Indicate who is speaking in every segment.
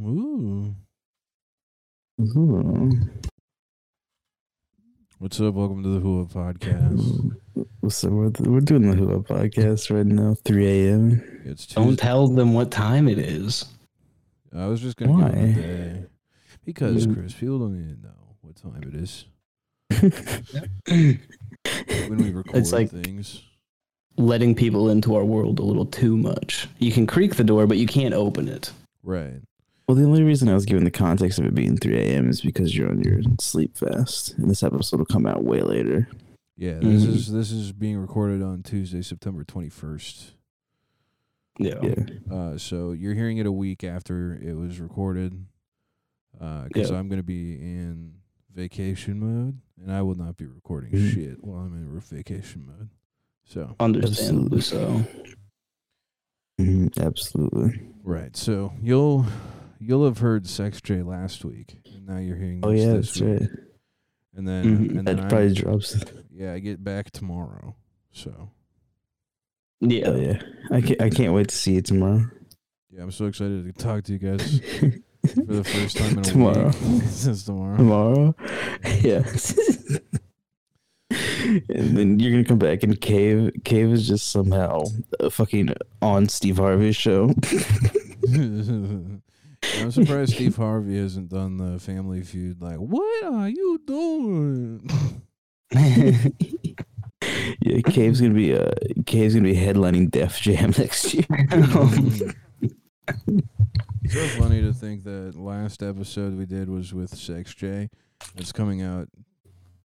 Speaker 1: Ooh.
Speaker 2: Ooh.
Speaker 1: What's up? Welcome to the Hua podcast.
Speaker 2: So we're, we're doing the Hua podcast right now, 3 a.m.
Speaker 1: It's
Speaker 3: Don't
Speaker 1: Tuesday.
Speaker 3: tell them what time it is.
Speaker 1: I was just gonna give it
Speaker 2: Why?
Speaker 1: a day. because
Speaker 2: Mm.
Speaker 1: Chris, people don't need to know what time it is when we record
Speaker 3: like-
Speaker 1: things.
Speaker 3: Letting people into our world a little too much. You can creak the door, but you can't open it.
Speaker 1: Right.
Speaker 2: well, the only reason I was given the context of it being 3 a.m. is because you're on your sleep fast, and this episode will come out way later.
Speaker 1: Yeah. This
Speaker 3: Mhm.
Speaker 1: is this is being recorded on Tuesday, September twenty first.
Speaker 3: Yeah.
Speaker 2: Yeah.
Speaker 1: Uh, so you're hearing it a week after it was recorded, because
Speaker 3: Yeah.
Speaker 1: I'm gonna be in vacation mode, and I will not be recording
Speaker 2: Mhm.
Speaker 1: shit while I'm in re- vacation mode. So
Speaker 3: Understandably
Speaker 2: Absolutely.
Speaker 3: so.
Speaker 2: Mhm, Absolutely.
Speaker 1: right, so you'll you'll have heard Sex J last week, and now you're hearing. This
Speaker 2: Oh, yeah,
Speaker 1: this
Speaker 2: that's
Speaker 1: week.
Speaker 2: right.
Speaker 1: And then
Speaker 3: Mhm.
Speaker 1: and then
Speaker 2: That
Speaker 1: I-
Speaker 2: probably drops.
Speaker 1: yeah, I get back tomorrow. So
Speaker 3: Yeah.
Speaker 2: Oh, yeah. I can't, I can't wait to see you tomorrow.
Speaker 1: yeah, I'm so excited to talk to you guys for the first time in a
Speaker 2: Tomorrow.
Speaker 1: week since tomorrow.
Speaker 2: Tomorrow? Yeah. and then you're gonna come back and Cave Cave is just somehow uh, fucking on Steve Harvey's show.
Speaker 1: I'm surprised Steve Harvey hasn't done the Family Feud. Like, what are you doing?
Speaker 2: Yeah, Cave's gonna be uh Cave's gonna be headlining Def Jam next year. Mm-hmm.
Speaker 1: so funny to think that last episode we did was with Sex J. It's coming out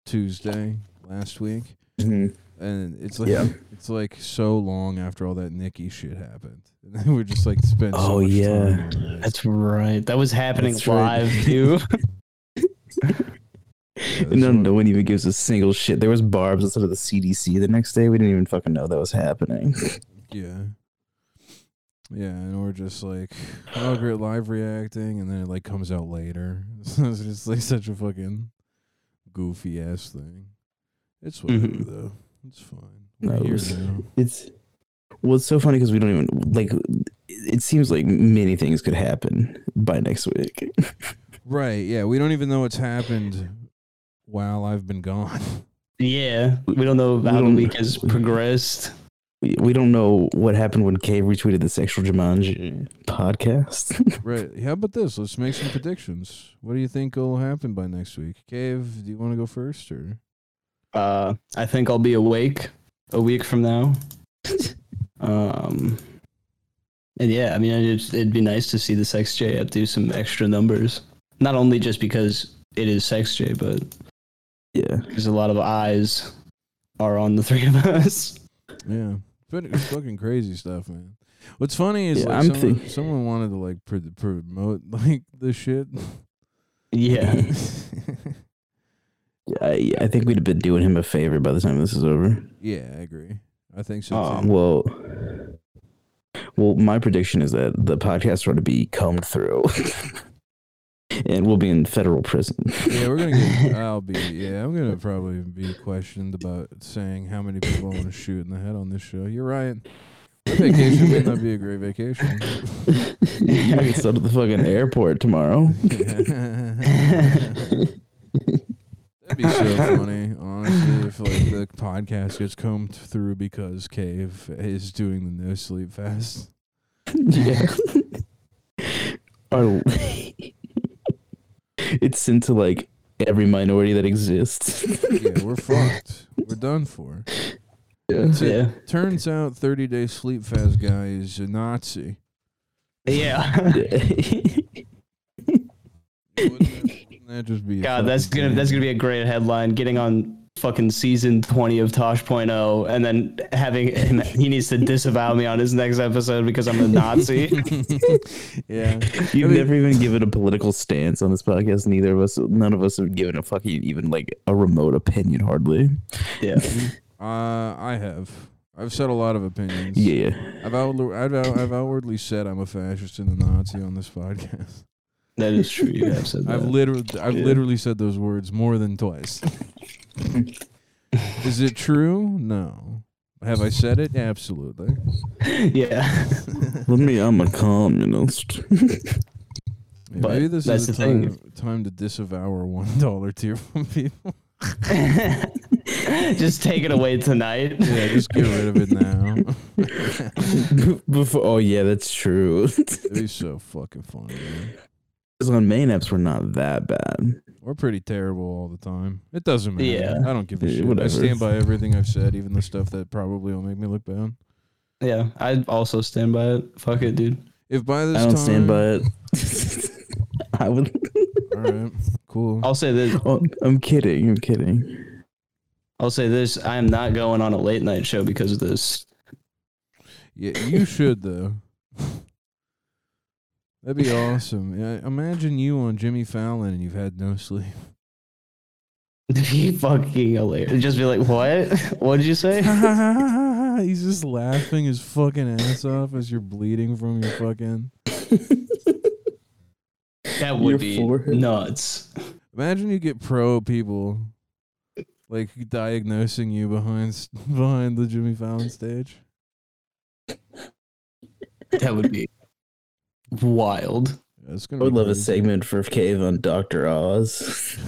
Speaker 1: Tuesday last week, and it's like
Speaker 2: Yeah.
Speaker 1: it's like so long after all that Nikki shit happened, and then we're just like spent. so
Speaker 2: Oh,
Speaker 1: much
Speaker 2: yeah.
Speaker 1: time on that.
Speaker 3: That's right. That was happening
Speaker 2: That's right.
Speaker 3: live too.
Speaker 1: that's
Speaker 2: no,
Speaker 1: what-
Speaker 2: no one even gives a single shit. There was barbs instead of the CDC the next day. We didn't even fucking know that was happening.
Speaker 1: Yeah. Yeah, and we're just like oh great live reacting and then it like comes out later. So it's just like such a fucking goofy ass thing. It's whatever
Speaker 3: Mhm.
Speaker 1: though. It's fine.
Speaker 2: Mm-hmm. No,
Speaker 1: We're
Speaker 2: it
Speaker 1: here
Speaker 2: was-
Speaker 1: now.
Speaker 2: It's well, it's so funny because we don't even like. It seems like many things could happen by next week.
Speaker 1: Right, yeah. We don't even know what's happened while I've been gone.
Speaker 3: Yeah. We don't know
Speaker 2: We
Speaker 3: how the
Speaker 2: don't-
Speaker 3: week has progressed.
Speaker 2: we we don't know what happened when Cave retweeted the sexual Jumanji podcast.
Speaker 1: right. How about this? Let's make some predictions. What do you think will happen by next week? Cave, do you want to go first or
Speaker 3: Uh I think I'll be awake a week from now. Um and yeah, I mean it'd, it'd be nice to see the Sex J up do some extra numbers. Not only just because it is Sex J, but
Speaker 2: yeah,
Speaker 3: because a lot of eyes are on the three of us.
Speaker 1: Yeah, but it's fucking crazy stuff, man. What's funny is
Speaker 2: Yeah,
Speaker 1: like
Speaker 2: I'm
Speaker 1: someone,
Speaker 2: think-
Speaker 1: someone wanted to like pr- promote like the shit.
Speaker 3: Yeah.
Speaker 2: I, I think we'd have been doing him a favor by the time this is over.
Speaker 1: yeah, I agree. I think so.
Speaker 3: Aw.
Speaker 1: too.
Speaker 2: Well, well, my prediction is that the podcast ought to be combed through, and we'll be in federal prison.
Speaker 1: Yeah, we're gonna. Get, I'll be. Yeah, I'm gonna probably be questioned about saying how many people I want to shoot in the head on this show. You're right. My vacation may not be a great vacation.
Speaker 2: you might get stuck at the fucking airport tomorrow.
Speaker 1: That'd be so funny, honestly, if like the podcast gets combed through because Cave is doing the no sleep fast.
Speaker 2: Yeah. Or- Oh. it's into like every minority that exists.
Speaker 1: Yeah, we're fucked. We're done for.
Speaker 2: Yeah.
Speaker 1: So
Speaker 3: yeah.
Speaker 1: Turns out 30 day sleep fast guy is a Nazi.
Speaker 3: Yeah.
Speaker 1: Wouldn't that, wouldn't that just be a
Speaker 3: God, that's
Speaker 1: fucking
Speaker 3: gonna that's
Speaker 1: thing?
Speaker 3: gonna be a great headline. Getting on fucking season twenty of Tosh.0 and then having him he needs to disavow me on his next episode because I'm a Nazi.
Speaker 1: yeah.
Speaker 2: You've
Speaker 1: I mean-
Speaker 2: never even given a political stance on this podcast. Neither of us, none of us, have given a fucking even like a remote opinion, hardly.
Speaker 3: yeah.
Speaker 1: Uh, I have. I've said a lot of opinions.
Speaker 2: Yeah,
Speaker 1: I've, out, I've, out, I've outwardly said I'm a fascist and a Nazi on this podcast.
Speaker 3: That is true. You have said
Speaker 1: I've
Speaker 3: that.
Speaker 1: literally I've
Speaker 2: Yeah.
Speaker 1: literally said those words more than twice. Is it true? No. Have I said it? Absolutely.
Speaker 3: yeah.
Speaker 2: Let me. I'm a communist.
Speaker 1: Yeah,
Speaker 3: But
Speaker 1: maybe this is
Speaker 3: that's
Speaker 1: the
Speaker 3: the thing.
Speaker 1: time, time to disavour one dollar tier from people.
Speaker 3: just take it away tonight.
Speaker 1: Yeah, just get rid of it now.
Speaker 2: Before, oh yeah, that's true.
Speaker 1: It'd be so fucking funny. Man.
Speaker 2: Because on main apps, we're not that bad.
Speaker 1: We're pretty terrible all the time. It doesn't matter.
Speaker 3: Yeah.
Speaker 1: I don't give a
Speaker 2: Yeah,
Speaker 1: shit. I
Speaker 2: whatever.
Speaker 1: stand by everything I've said, even the stuff that probably will make me look bad.
Speaker 3: Yeah, I also stand by it. Fuck it, dude.
Speaker 1: If by this
Speaker 2: I don't
Speaker 1: time,
Speaker 2: stand by it. I would.
Speaker 1: All right, cool.
Speaker 3: I'll say this.
Speaker 2: Oh, I'm kidding. I'm kidding.
Speaker 3: I'll say this. I am not going on a late night show because of this.
Speaker 1: Yeah, you should though. That'd be awesome. Yeah, imagine you on Jimmy Fallon and you've had no sleep.
Speaker 3: Be fucking hilarious. Just be like, what? What did you say?
Speaker 1: He's just laughing his fucking ass off as you're bleeding from your fucking.
Speaker 3: That
Speaker 2: Your
Speaker 3: would be
Speaker 2: forehead.
Speaker 3: nuts.
Speaker 1: Imagine you get pro people like diagnosing you behind s- behind the Jimmy Fallon stage.
Speaker 3: That would be wild.
Speaker 1: That's gonna.
Speaker 2: I would
Speaker 1: be
Speaker 2: love a
Speaker 1: crazy.
Speaker 2: segment for Cave on Doctor Oz.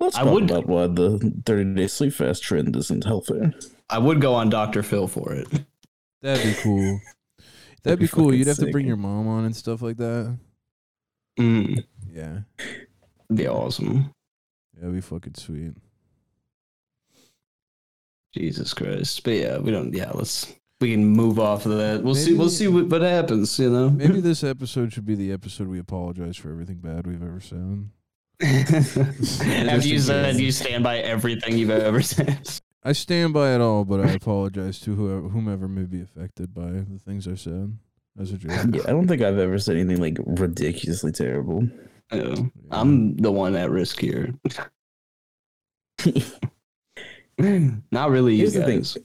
Speaker 2: Let's
Speaker 3: I
Speaker 2: talk
Speaker 3: would-
Speaker 2: about why the 30 day sleep fast trend isn't healthy.
Speaker 3: I would go on Dr. Phil for it.
Speaker 1: That'd be cool. That'd
Speaker 2: That'd be
Speaker 1: be cool.
Speaker 2: fucking
Speaker 1: You'd have to
Speaker 2: sick.
Speaker 1: bring your mom on and stuff like that.
Speaker 3: Mm,
Speaker 1: Yeah,
Speaker 3: be awesome.
Speaker 1: that'd be fucking sweet.
Speaker 3: Jesus Christ. But yeah, we don't. Yeah, let's. We can move off of that. We'll see. We'll
Speaker 1: Maybe-
Speaker 3: see what, what happens. You know.
Speaker 1: Maybe this episode should be the episode we apologize for everything bad we've ever said.
Speaker 3: After you
Speaker 1: in
Speaker 3: said
Speaker 1: case.
Speaker 3: you stand by everything you've ever said.
Speaker 1: I stand by it all, but I apologize to whoever, whomever may be affected by the things I said as a joke.
Speaker 2: Yeah, I don't think I've ever said anything like ridiculously terrible.
Speaker 3: Yeah. Oh, I'm the one at risk here. Not really. You
Speaker 2: Here's the thing.
Speaker 3: guys.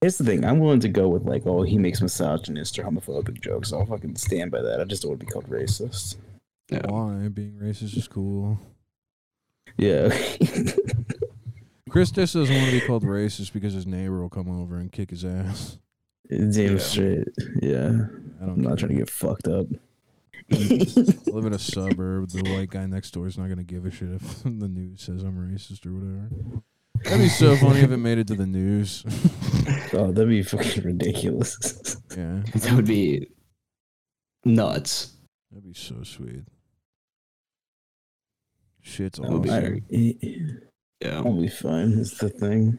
Speaker 2: Here's the thing I'm willing to go with like, oh, he makes misogynist or homophobic jokes. I'll fucking stand by that. I just don't want to be called racist.
Speaker 3: Yeah.
Speaker 1: why being racist is cool.
Speaker 2: Yeah.
Speaker 1: Chris just doesn't want to be called racist because his neighbor will come over and kick his ass.
Speaker 2: Damn
Speaker 3: Yeah.
Speaker 2: straight. Yeah.
Speaker 1: I don't
Speaker 2: I'm
Speaker 1: know.
Speaker 2: not trying to get fucked up.
Speaker 1: I live in a suburb. The white guy next door is not going to give a shit if the news says I'm racist or whatever. That'd be so funny if it made it to the news.
Speaker 2: oh, that'd be fucking ridiculous.
Speaker 1: yeah.
Speaker 3: That would be nuts.
Speaker 1: That'd be so sweet. Shit's
Speaker 3: That would be
Speaker 1: awesome.
Speaker 3: very- Yeah.
Speaker 2: I'll be fine. Is the thing.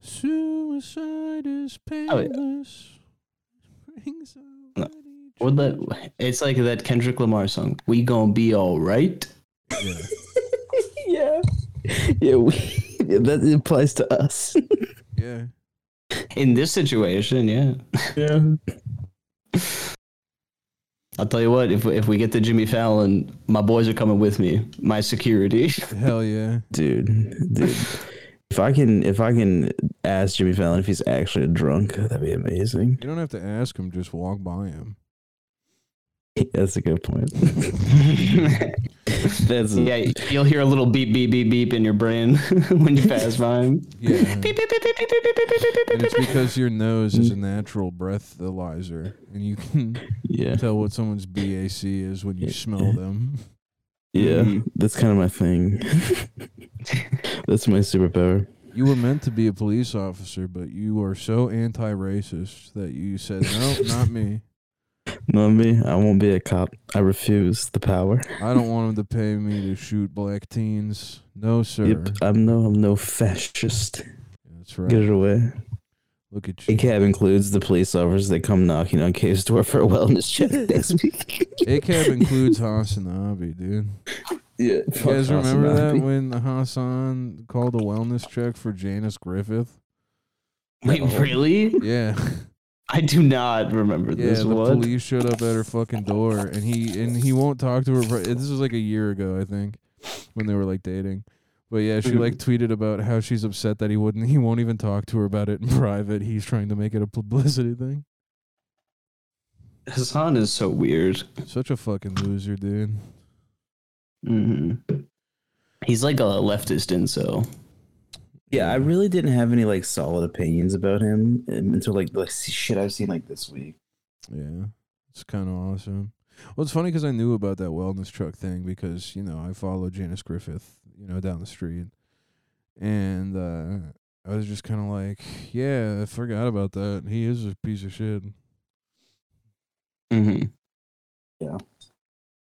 Speaker 1: Suicide is
Speaker 3: yeah.
Speaker 1: painless. Brings already
Speaker 3: Or that it's like that Kendrick Lamar song. We gonna be all right.
Speaker 1: tried- Yeah.
Speaker 2: yeah. Yeah, we, yeah, that applies to us.
Speaker 1: yeah.
Speaker 3: In this situation, yeah.
Speaker 2: Yeah.
Speaker 3: I'll tell you what. If if we get to Jimmy Fallon, my boys are coming with me. My security.
Speaker 1: Hell yeah.
Speaker 2: Dude, dude. If I can if I can ask Jimmy Fallon if he's actually a drunk, that'd be amazing.
Speaker 1: You don't have to ask him, just walk by him.
Speaker 2: That's a good point. That's a,
Speaker 3: yeah, you'll hear a little beep beep beep beep in your brain when you pass by him.
Speaker 1: Yeah.
Speaker 3: Beep,
Speaker 1: and
Speaker 3: beep, beep, beep, beep, beep, beep, beep, beep, beep, beep,
Speaker 1: it's
Speaker 3: beep.
Speaker 1: because your nose is a natural breathalyzer, and you can
Speaker 2: yeah.
Speaker 1: tell what someone's BAC is when you smell them.
Speaker 2: Yeah.
Speaker 3: Mhm.
Speaker 2: That's kind of my thing. That's my superpower.
Speaker 1: You were meant to be a police officer, but you are so anti-racist that you said, "No, not me.
Speaker 2: Not me. I won't be a cop. I refuse the power.
Speaker 1: I don't want them to pay me to shoot black teens. No, sir.
Speaker 2: Yep. I'm no I'm no fascist.
Speaker 1: That's right.
Speaker 2: Get it away.
Speaker 1: Look at you.
Speaker 2: ACAB includes the police officers that come knocking on Cave's door for a wellness check next week.
Speaker 1: ACAB includes Hassanabi, dude.
Speaker 2: Yeah.
Speaker 1: You guys remember that when Hassan called a wellness check for Janice Griffith?
Speaker 3: Wait, really?
Speaker 1: Yeah.
Speaker 3: I do not remember
Speaker 1: Yeah,
Speaker 3: this.
Speaker 1: the
Speaker 3: What?
Speaker 1: police showed up at her fucking door, and he and he won't talk to her. for- This was like a year ago, I think, when they were like dating. But yeah, she like tweeted about how she's upset that he wouldn't. He won't even talk to her about it in private. He's trying to make it a publicity thing.
Speaker 3: Hassan is so weird.
Speaker 1: Such a fucking loser, dude.
Speaker 3: hmm He's like a leftist incel.
Speaker 2: Yeah, I really didn't have any like solid opinions about him um, until like the shit I've seen like this week.
Speaker 1: Yeah. It's kind of awesome. Well, it's funny 'cause I knew about that wellness truck thing because you know I follow Janice Griffith, you know, down the street, and uh, I was just kind of like, yeah, I forgot about that. He is a piece of shit.
Speaker 3: Mm-hmm.
Speaker 2: Yeah.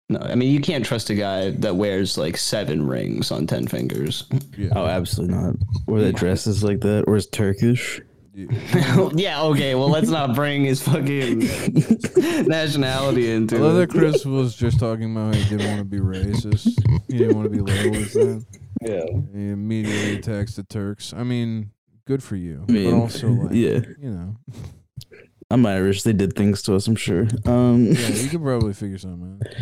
Speaker 3: No, I mean you can't trust a guy that wears like seven rings on ten fingers.
Speaker 1: Yeah.
Speaker 2: Oh, absolutely not. Or that dresses like that, or is Turkish.
Speaker 1: Yeah.
Speaker 3: yeah, okay. Well, let's not bring his fucking nationality
Speaker 1: I
Speaker 3: into
Speaker 1: love
Speaker 3: it.
Speaker 1: that Chris was just talking about how he didn't want to be racist. He didn't want to be labeled as that.
Speaker 2: Yeah.
Speaker 1: He immediately attacks the Turks. I mean, good for you,
Speaker 2: I mean,
Speaker 1: but also like,
Speaker 2: yeah.
Speaker 1: you know,
Speaker 2: I'm Irish. They did things to us. I'm sure. Um,
Speaker 1: yeah, you could probably figure something out.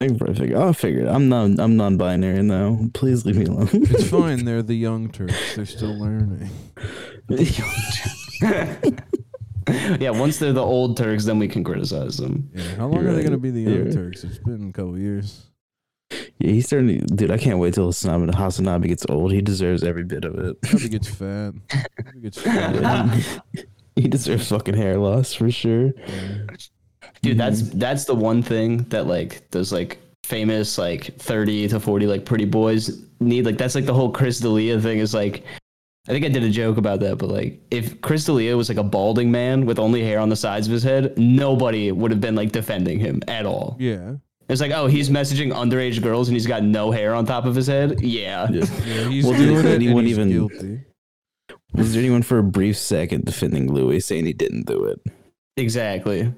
Speaker 2: I can probably figure. I'll figure it. I'm not. I'm non-binary now. Please leave me alone.
Speaker 1: It's fine. They're the young Turks. They're still learning.
Speaker 3: yeah, once they're the old Turks, then we can criticize them.
Speaker 1: Yeah. How long
Speaker 2: You're
Speaker 1: are they
Speaker 2: right.
Speaker 1: gonna be the young
Speaker 2: You're-
Speaker 1: Turks? It's been a couple years.
Speaker 2: yeah, he's starting. To, dude, I can't wait till Hasanabi, Hasanabi gets old. He deserves every bit of it.
Speaker 1: Probably gets fat. Probably gets fat.
Speaker 2: he deserves fucking hair loss for sure.
Speaker 1: yeah.
Speaker 3: Dude, that's that's the one thing that like those like famous like thirty to forty like pretty boys need. Like that's like the whole Chris D'Elia thing is like. I think I did a joke about that, but like if Chris D'Elia was like a balding man with only hair on the sides of his head, nobody would have been like defending him at all.
Speaker 1: Yeah.
Speaker 3: It's like, oh, he's messaging underage girls and he's got no hair on top of his head. Yeah.
Speaker 2: Yeah.
Speaker 1: Yeah, he's
Speaker 2: Well, did
Speaker 1: doing it.
Speaker 2: anyone
Speaker 1: And he's
Speaker 2: even-
Speaker 1: guilty.
Speaker 2: Was there anyone for a brief second defending Louis, saying he didn't do it?
Speaker 3: Exactly.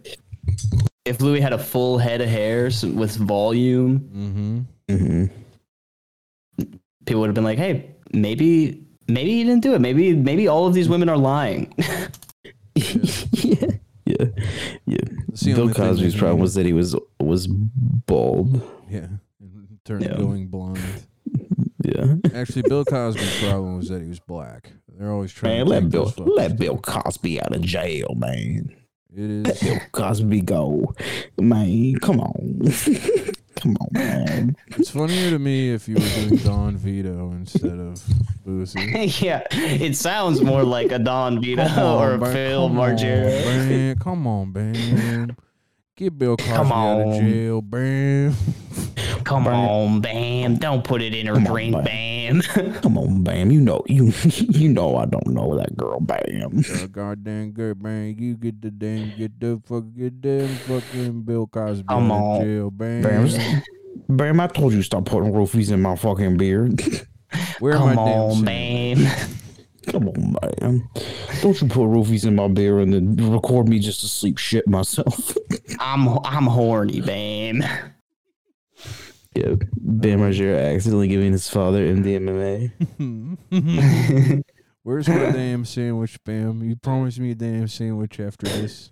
Speaker 3: If Louis had a full head of hair s- with volume,
Speaker 1: Mm-hmm.
Speaker 2: hmm
Speaker 3: people would have been like, "Hey, maybe maybe he didn't do it. Maybe maybe all of these women are lying."
Speaker 2: yeah. Yeah. Bill Cosby's problem was that he was was bald.
Speaker 1: yeah, and turned
Speaker 3: Yeah.
Speaker 1: going blind.
Speaker 2: Yeah.
Speaker 1: Actually, Bill Cosby's problem was that he was black. They're always trying
Speaker 2: Man,
Speaker 1: to
Speaker 2: let
Speaker 1: take
Speaker 2: Bill
Speaker 1: those fuckers
Speaker 2: let
Speaker 1: down.
Speaker 2: Bill Cosby out of jail, man.
Speaker 1: It
Speaker 2: Let
Speaker 1: is.
Speaker 2: Bill Cosby go, man. Come on, come on, man.
Speaker 1: It's funnier to me if you were doing Don Vito instead of Boosie.
Speaker 3: yeah, it sounds more like a Don Vito
Speaker 1: Come on,
Speaker 3: or a
Speaker 1: ba-
Speaker 3: Phil
Speaker 1: come On,
Speaker 3: Margera.
Speaker 1: man. Come on, man. Get Bill Cosby
Speaker 3: Come
Speaker 1: out of
Speaker 3: on.
Speaker 1: jail, man.
Speaker 3: Come on, Bam! Don't put it in her
Speaker 2: Come on,
Speaker 3: drink, Bam.
Speaker 2: Come on, Bam. You know you you know I don't know that girl, Bam.
Speaker 1: You're goddamn good, man. You get the damn, get the fuck, get damn fucking Bill Cosby
Speaker 3: Come
Speaker 1: out
Speaker 3: on,
Speaker 1: of jail, man.
Speaker 2: Bam, Bam. I told you stop putting roofies in my fucking beard.
Speaker 1: Where
Speaker 3: Come
Speaker 1: am I damn
Speaker 3: on,
Speaker 1: sandwich?
Speaker 3: Bam.
Speaker 2: Come on, Bam. Don't you put roofies in my beard and then record me just to sleep shit myself.
Speaker 3: I'm I'm horny, Bam.
Speaker 2: yeah, Bam Margera accidentally giving his father MDMA.
Speaker 1: Where's my damn sandwich, Bam? You promised me a damn sandwich after this.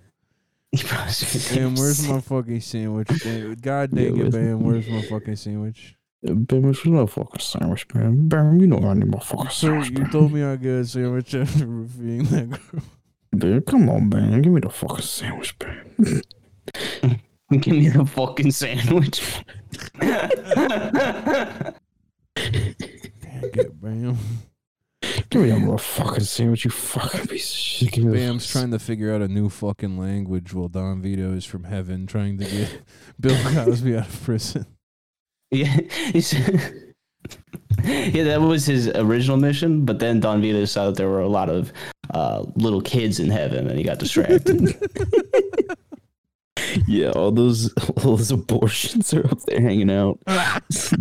Speaker 3: You probably should-
Speaker 1: Bam, where's my fucking sandwich? Bam? God dang
Speaker 2: Yeah,
Speaker 1: it,
Speaker 2: where's-
Speaker 1: Bam. Where's my fucking sandwich?
Speaker 2: Bam, it's not a fucking sandwich, man. Bam, you know I need my fucking
Speaker 1: So
Speaker 2: sandwich,
Speaker 1: you
Speaker 2: man.
Speaker 1: told me I get a sandwich after reviewing that girl.
Speaker 2: Bam, come on, man. Give me the fucking sandwich, man.
Speaker 3: Give me the fucking sandwich.
Speaker 1: Damn, get Bam.
Speaker 2: Give me that motherfucking sandwich, you fucking piece of shit. Give me the
Speaker 1: Bam's
Speaker 2: fucking
Speaker 1: trying to figure out a new fucking language while Don Vito is from heaven trying to get Bill Cosby out of prison.
Speaker 3: Yeah, he's- yeah, that was his original mission. But then Don Vito saw that there were a lot of uh, little kids in heaven, and he got distracted.
Speaker 2: sandwich. Yeah, all those, all those abortions are up there hanging out.
Speaker 1: That's,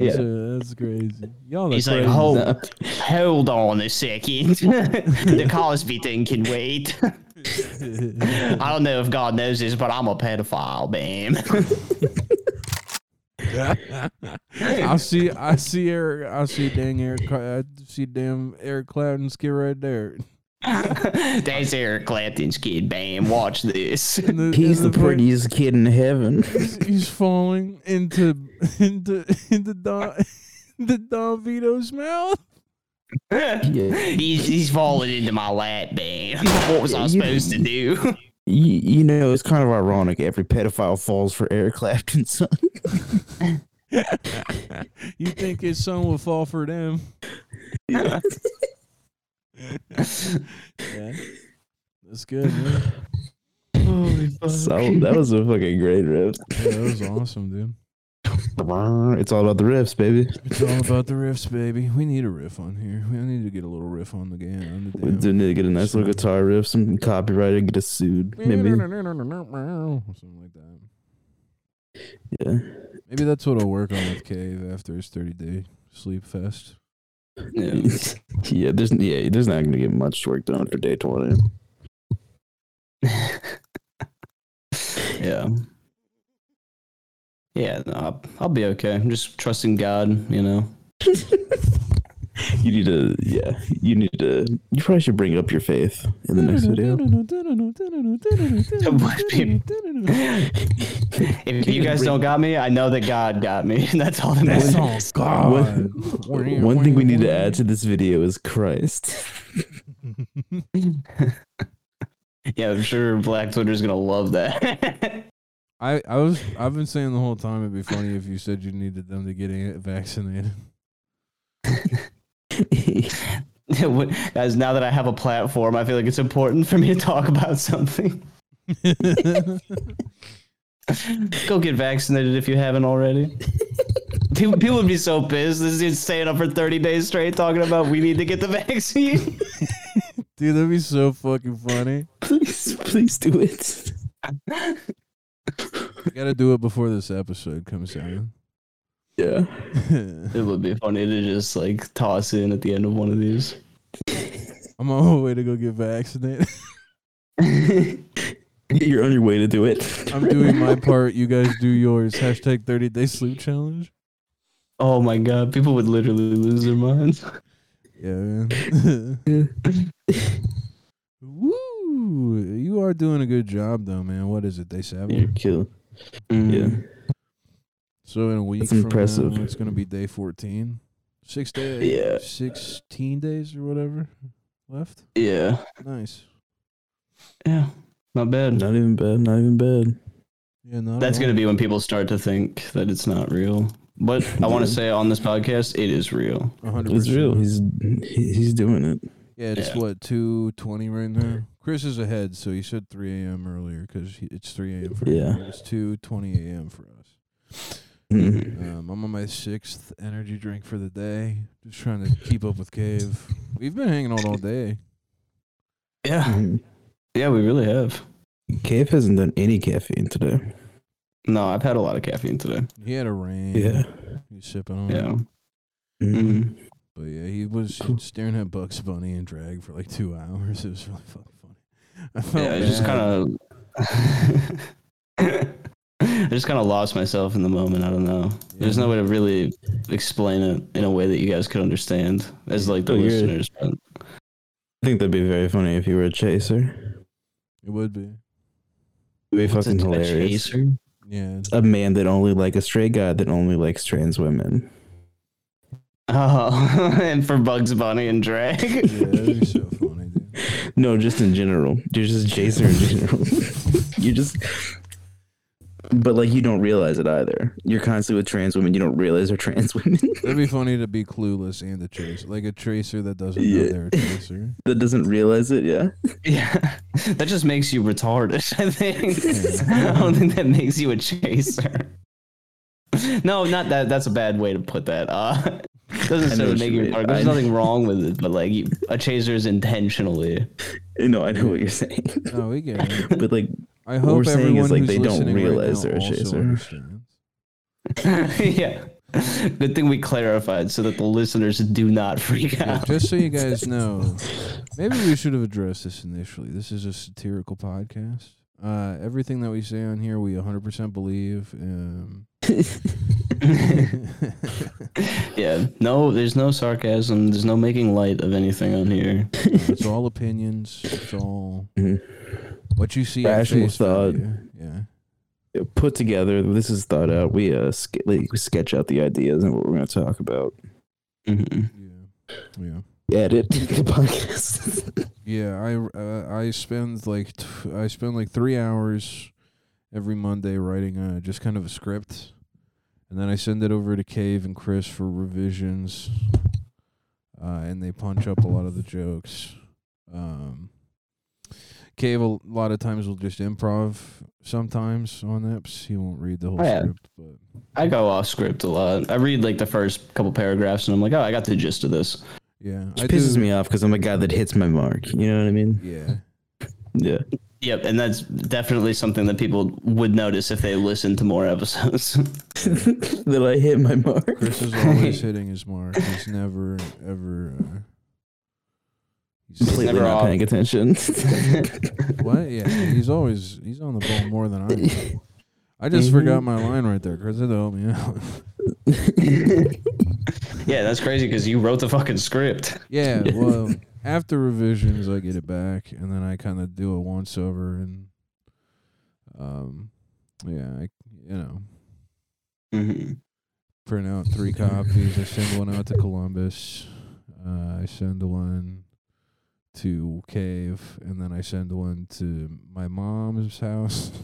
Speaker 3: yeah.
Speaker 1: uh, that's crazy. Y'all are
Speaker 3: He's like,
Speaker 1: crazy.
Speaker 3: hold,
Speaker 2: Oh.
Speaker 3: hold on a second. the Cosby thing can wait. I don't know if God knows this, but I'm a pedophile, man. "Oh."
Speaker 1: I see, I see Eric, I see dang Eric, Cla- I see damn Eric Clapton's kid right there.
Speaker 3: That's Eric Clapton's kid, bam. Watch this.
Speaker 1: In the-
Speaker 2: He's
Speaker 1: in
Speaker 2: the
Speaker 1: fucking-
Speaker 2: prettiest kid in heaven.
Speaker 1: He's, he's falling into into into Don into Don Vito's mouth.
Speaker 2: Yeah.
Speaker 3: He's, he's falling into my lap, bam. What was I
Speaker 2: You-
Speaker 3: supposed to do?
Speaker 2: You, you know, it's kind of ironic. Every pedophile falls for Eric Clapton's son.
Speaker 1: You think his son would fall for them? Yeah, that's good. Man.
Speaker 3: Holy fuck.
Speaker 2: So that was a fucking great riff.
Speaker 1: Yeah, that was awesome, dude.
Speaker 2: It's all about the riffs, baby.
Speaker 1: It's all about the riffs, baby. We need a riff on here. We need to get a little riff on the game. On the
Speaker 2: We
Speaker 1: damn-
Speaker 2: do need to get a nice little guitar riff, some copyright, and get us sued. Maybe.
Speaker 1: Something like that.
Speaker 2: Yeah.
Speaker 1: Maybe that's what I'll work on with Cave after his 30 day sleep fest.
Speaker 3: Yeah.
Speaker 2: yeah, there's yeah, there's not gonna get much work done for day twenty.
Speaker 3: yeah. Yeah, no, I'll, I'll be okay. I'm just trusting God, you know.
Speaker 2: You need to yeah, you need to you probably should bring up your faith in the next video.
Speaker 3: If you guys don't got me, I know that God got me. and That's all that matters.
Speaker 1: Oh, God.
Speaker 2: One, one thing we need to add to this video is Christ.
Speaker 3: Yeah, I'm sure Black Twitter's gonna love that.
Speaker 1: I, I was I've been saying the whole time it'd be funny if you said you needed them to get a- vaccinated.
Speaker 3: Yeah, what- Guys, now that I have a platform, I feel like it's important for me to talk about something. Go get vaccinated if you haven't already. People, people would be so pissed. This dude's staying up for 30 days straight talking about we need to get the vaccine.
Speaker 1: Dude, that'd be so fucking funny.
Speaker 2: please, please do it.
Speaker 1: You gotta do it before this episode comes out.
Speaker 2: Yeah.
Speaker 3: It would be funny to just like toss in at the end of one of these.
Speaker 1: I'm on my way to go get vaccinated.
Speaker 2: You're on your way to do it.
Speaker 1: I'm doing my part. You guys do yours. Hashtag 30 day sleep challenge.
Speaker 3: Oh my god, people would literally lose their minds.
Speaker 1: Yeah, man. Woo! You are doing a good job, though, man. What is it? Day
Speaker 2: You're
Speaker 1: seven.
Speaker 2: killing. Yeah.
Speaker 3: Mm.
Speaker 1: So in a week,
Speaker 2: That's
Speaker 1: from
Speaker 2: impressive.
Speaker 1: now, it's gonna be day fourteen. Six days.
Speaker 2: Yeah.
Speaker 1: Sixteen days or whatever left.
Speaker 3: Yeah.
Speaker 1: Nice.
Speaker 3: Yeah. Not bad.
Speaker 2: Not even bad, not even bad.
Speaker 1: Yeah, not
Speaker 3: That's going to be when people start to think that it's not real. But I want to
Speaker 2: Yeah.
Speaker 3: say on this podcast, it is real.
Speaker 1: one hundred
Speaker 2: It's real. He's he- he's doing it.
Speaker 1: Yeah, it's
Speaker 3: Yeah.
Speaker 1: what two twenty right now. Chris is ahead, so he said three a.m. earlier because it's three a.m. for
Speaker 2: Yeah.
Speaker 1: him. It's two twenty a.m. for us.
Speaker 2: Mhm.
Speaker 3: Mm-hmm.
Speaker 1: Um, I'm on my sixth energy drink for the day. Just trying to keep up with Cave. We've been hanging out all day.
Speaker 3: Yeah.
Speaker 2: Mhm.
Speaker 3: Yeah, we really have.
Speaker 2: Cave hasn't done any caffeine today.
Speaker 3: No, I've had a lot of caffeine today.
Speaker 1: He had a rain.
Speaker 2: Yeah.
Speaker 1: He's sipping on it.
Speaker 3: Yeah.
Speaker 2: Mm. Mhm.
Speaker 1: But yeah, he was staring at Bugs Bunny and drag for like two hours. It was really fucking funny. I
Speaker 2: Oh,
Speaker 1: felt
Speaker 3: Yeah, I just
Speaker 1: bad.
Speaker 3: kind of. I just kind of lost myself in the moment. I don't know. There's
Speaker 1: Yeah.
Speaker 3: no way to really explain it in a way that you guys could understand as like the
Speaker 2: Oh, you're-
Speaker 3: listeners. But
Speaker 2: I think that'd be very funny if you were a chaser.
Speaker 1: It would be.
Speaker 2: It'd be
Speaker 3: What's
Speaker 2: fucking
Speaker 3: a- a
Speaker 2: hilarious.
Speaker 3: chaser?
Speaker 1: Yeah.
Speaker 2: A man that only like a straight guy that only likes trans women.
Speaker 3: Oh, and for Bugs Bunny and Drag.
Speaker 1: Yeah, that'd be so funny, dude.
Speaker 2: No, just in general. You're just a chaser in general. you just but like you don't realize it either. You're constantly with trans women. You don't realize they're trans women.
Speaker 1: It'd be funny to be clueless and a chaser. Like a tracer that doesn't know
Speaker 2: Yeah.
Speaker 1: they're a tracer.
Speaker 2: that doesn't realize it. Yeah.
Speaker 3: Yeah, that just makes you retarded. I think.
Speaker 1: Yeah.
Speaker 3: I don't think that makes you a chaser. No, not that. That's a bad way to put that. Uh,
Speaker 2: I
Speaker 3: doesn't
Speaker 2: know
Speaker 3: necessarily
Speaker 2: what
Speaker 3: make
Speaker 2: you
Speaker 3: you
Speaker 2: mean.
Speaker 3: retarded. There's
Speaker 2: I-
Speaker 3: nothing wrong with it, but like you, a chaser is intentionally.
Speaker 2: No, I know what you're saying.
Speaker 1: No, we get it.
Speaker 2: but like
Speaker 1: I
Speaker 2: What we're
Speaker 1: hope
Speaker 2: saying
Speaker 1: everyone
Speaker 2: is, like,
Speaker 1: who's
Speaker 2: they don't
Speaker 1: listening right now
Speaker 2: realize they're a
Speaker 1: also
Speaker 2: chaser.
Speaker 1: understands.
Speaker 3: yeah. Good thing we clarified so that the listeners do not freak
Speaker 1: Yeah,
Speaker 3: out.
Speaker 1: just so you guys know, maybe we should have addressed this initially. This is a satirical podcast. Uh, everything that we say on here, we 100% believe. Um,
Speaker 3: Yeah. No, there's no sarcasm. There's no making light of anything on here.
Speaker 1: it's all opinions. It's all
Speaker 2: Mhm.
Speaker 1: what you see.
Speaker 2: Rational
Speaker 1: at face
Speaker 2: thought.
Speaker 1: value. Yeah.
Speaker 2: put together, this is thought out. We uh ske- like, we sketch out the ideas and what we're gonna talk about. Mm-hmm.
Speaker 3: Mhm.
Speaker 1: Yeah. Yeah.
Speaker 2: Edit the podcast.
Speaker 1: Yeah, I uh, I spend like t- I spend like three hours every Monday writing uh, just kind of a script, and then I send it over to Cave and Chris for revisions, uh, and they punch up a lot of the jokes. Um, Cave a lot of times will just improv sometimes on eps. He won't read the whole
Speaker 3: Oh, yeah.
Speaker 1: script, but
Speaker 3: I go off script a lot. I read like the first couple paragraphs and I'm like, oh, I got the gist of this.
Speaker 1: yeah,
Speaker 2: It pisses me off because I'm a guy that hits my mark. You know what I mean?
Speaker 1: Yeah,
Speaker 2: Yeah.
Speaker 3: Yep, and that's definitely something that people would notice if they listened to more episodes.
Speaker 2: that I hit my mark.
Speaker 1: Chris is always hitting his mark. He's never ever. Uh, he's
Speaker 2: Completely
Speaker 3: Never
Speaker 2: not
Speaker 3: off.
Speaker 2: paying attention.
Speaker 1: What? Yeah, he's always he's on the ball more than I. am. I just forgot my line right there, Chris. Had to help me out.
Speaker 3: yeah, that's crazy because you wrote the fucking script.
Speaker 1: yeah, well, after revisions, I get it back, and then I kind of do a once over, and um, yeah, I you know
Speaker 3: Mm-hmm.
Speaker 1: print out three copies. I send one out to Columbus. Uh, I send one to Cave, and then I send one to my mom's house.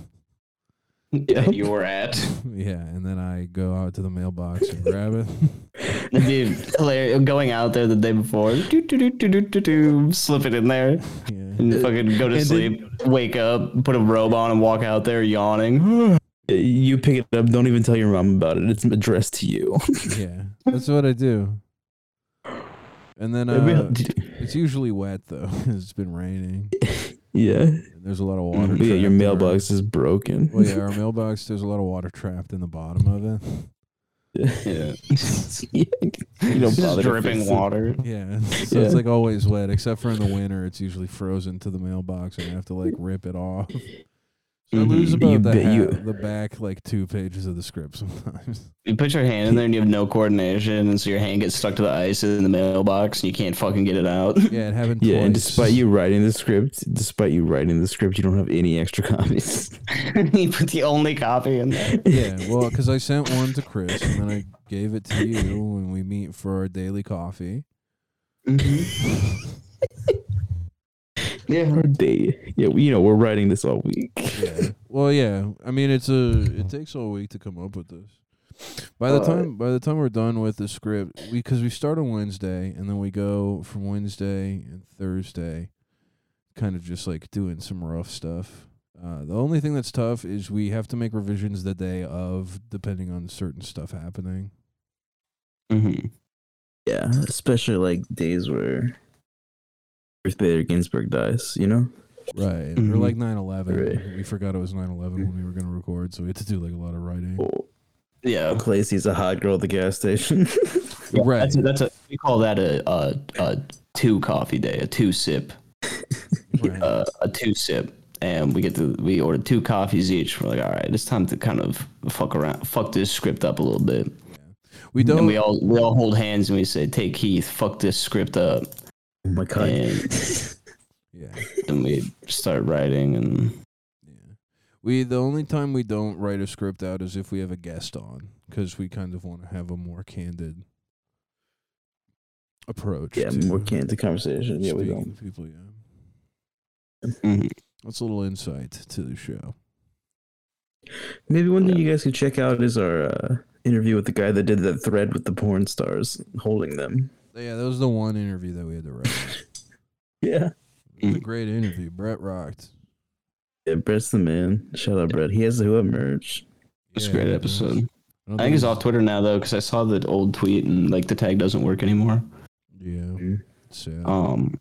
Speaker 3: That you were at.
Speaker 1: yeah, and then I go out to the mailbox and grab it.
Speaker 3: Dude, hilarious. going out there the day before, do, do, do, do, do, do, do, slip it in there,
Speaker 1: Yeah,
Speaker 3: Uh, and fucking go to
Speaker 2: And
Speaker 3: sleep, wake up, put a robe on, and walk out there yawning.
Speaker 2: you pick it up. Don't even tell your mom about it. It's addressed to you.
Speaker 1: yeah, that's what I do. And then uh, it's usually wet though. 'cause it's been raining.
Speaker 2: yeah.
Speaker 1: And there's a lot of water.
Speaker 2: Mm, Yeah. Your
Speaker 1: trapped in our-
Speaker 2: mailbox is broken.
Speaker 1: Well, yeah, our mailbox. There's a lot of water trapped in the bottom of it.
Speaker 3: Yeah.
Speaker 2: you don't
Speaker 3: Just
Speaker 2: bother to
Speaker 3: dripping
Speaker 2: fix it.
Speaker 3: water.
Speaker 1: Yeah. So
Speaker 2: Yeah.
Speaker 1: it's like always wet, except for in the winter, it's usually frozen to the mailbox and I have to like rip it off. So I lose
Speaker 3: Mhm.
Speaker 1: about
Speaker 2: Mm-hmm. You
Speaker 1: the,
Speaker 2: bet you-
Speaker 1: half- the back like two pages of the script sometimes.
Speaker 3: You put your hand in there and you have no coordination, and so your hand gets stuck to the ice in the mailbox, and you can't fucking get it out.
Speaker 1: Yeah, it happened
Speaker 2: Yeah,
Speaker 1: twice.
Speaker 2: and despite you writing the script, despite you writing the script, you don't have any extra copies.
Speaker 3: you put the only copy in there.
Speaker 1: Yeah, well, because I sent one to Chris and then I gave it to you when we meet for our daily coffee.
Speaker 3: Mm-hmm. Yeah.
Speaker 2: Our day. Yeah, we, you know, we're writing this all week.
Speaker 1: Yeah. Well, yeah. I mean, it's a. It takes all week to come up with this. By the
Speaker 2: Uh,
Speaker 1: time by the time we're done with the script, we because we start on Wednesday and then we go from Wednesday and Thursday, kind of just like doing some rough stuff. Uh, the only thing that's tough is we have to make revisions the day of, depending on certain stuff happening.
Speaker 3: Mm-hmm.
Speaker 2: Yeah, especially like days where Ruth Bader Ginsburg dies, you know?
Speaker 1: Right. Or
Speaker 3: Mhm.
Speaker 1: like nine eleven.
Speaker 2: Right.
Speaker 1: We forgot it was nine eleven when we were gonna record, so we had to do like a lot of writing.
Speaker 3: Yeah.
Speaker 2: Clay sees Oh, a hot girl at the gas station.
Speaker 3: Yeah,
Speaker 1: Right.
Speaker 3: That's a, that's a we call that a a, a two coffee day, a two sip,
Speaker 1: Right.
Speaker 3: uh, a two sip, and we get to we order two coffees each. We're like, all right, it's time to kind of fuck around, fuck this script up a little bit.
Speaker 1: we don't.
Speaker 3: And we all we all hold hands and we say, take Keith, fuck this script up,
Speaker 2: oh my god.
Speaker 3: and
Speaker 1: yeah.
Speaker 3: then we start writing and.
Speaker 1: Yeah. We the only time we don't write a script out is if we have a guest on cuz we kind of want to have a more candid approach.
Speaker 2: yeah,
Speaker 1: to
Speaker 2: more candid conversation. Yeah, we
Speaker 1: speaking
Speaker 2: don't.
Speaker 1: to people, yeah.
Speaker 3: Mhm.
Speaker 1: That's a little insight to the show.
Speaker 2: Maybe one thing you guys could check out is our uh, interview with the guy that did that thread with the porn stars holding them.
Speaker 1: Yeah, that was the one interview that we had to write.
Speaker 2: Yeah.
Speaker 1: It was a great interview. Brett rocked.
Speaker 2: Yeah, Brett's the man. Shout out Brett. He has the Who Up merch.
Speaker 3: It's a
Speaker 1: Yeah,
Speaker 3: great
Speaker 1: it was-
Speaker 3: episode.
Speaker 1: I, don't
Speaker 3: I think it's
Speaker 1: it
Speaker 3: off
Speaker 1: was-
Speaker 3: Twitter now though, because I saw the old tweet and like the tag doesn't work anymore.
Speaker 1: Yeah.
Speaker 2: Mhm.
Speaker 1: So
Speaker 3: Um,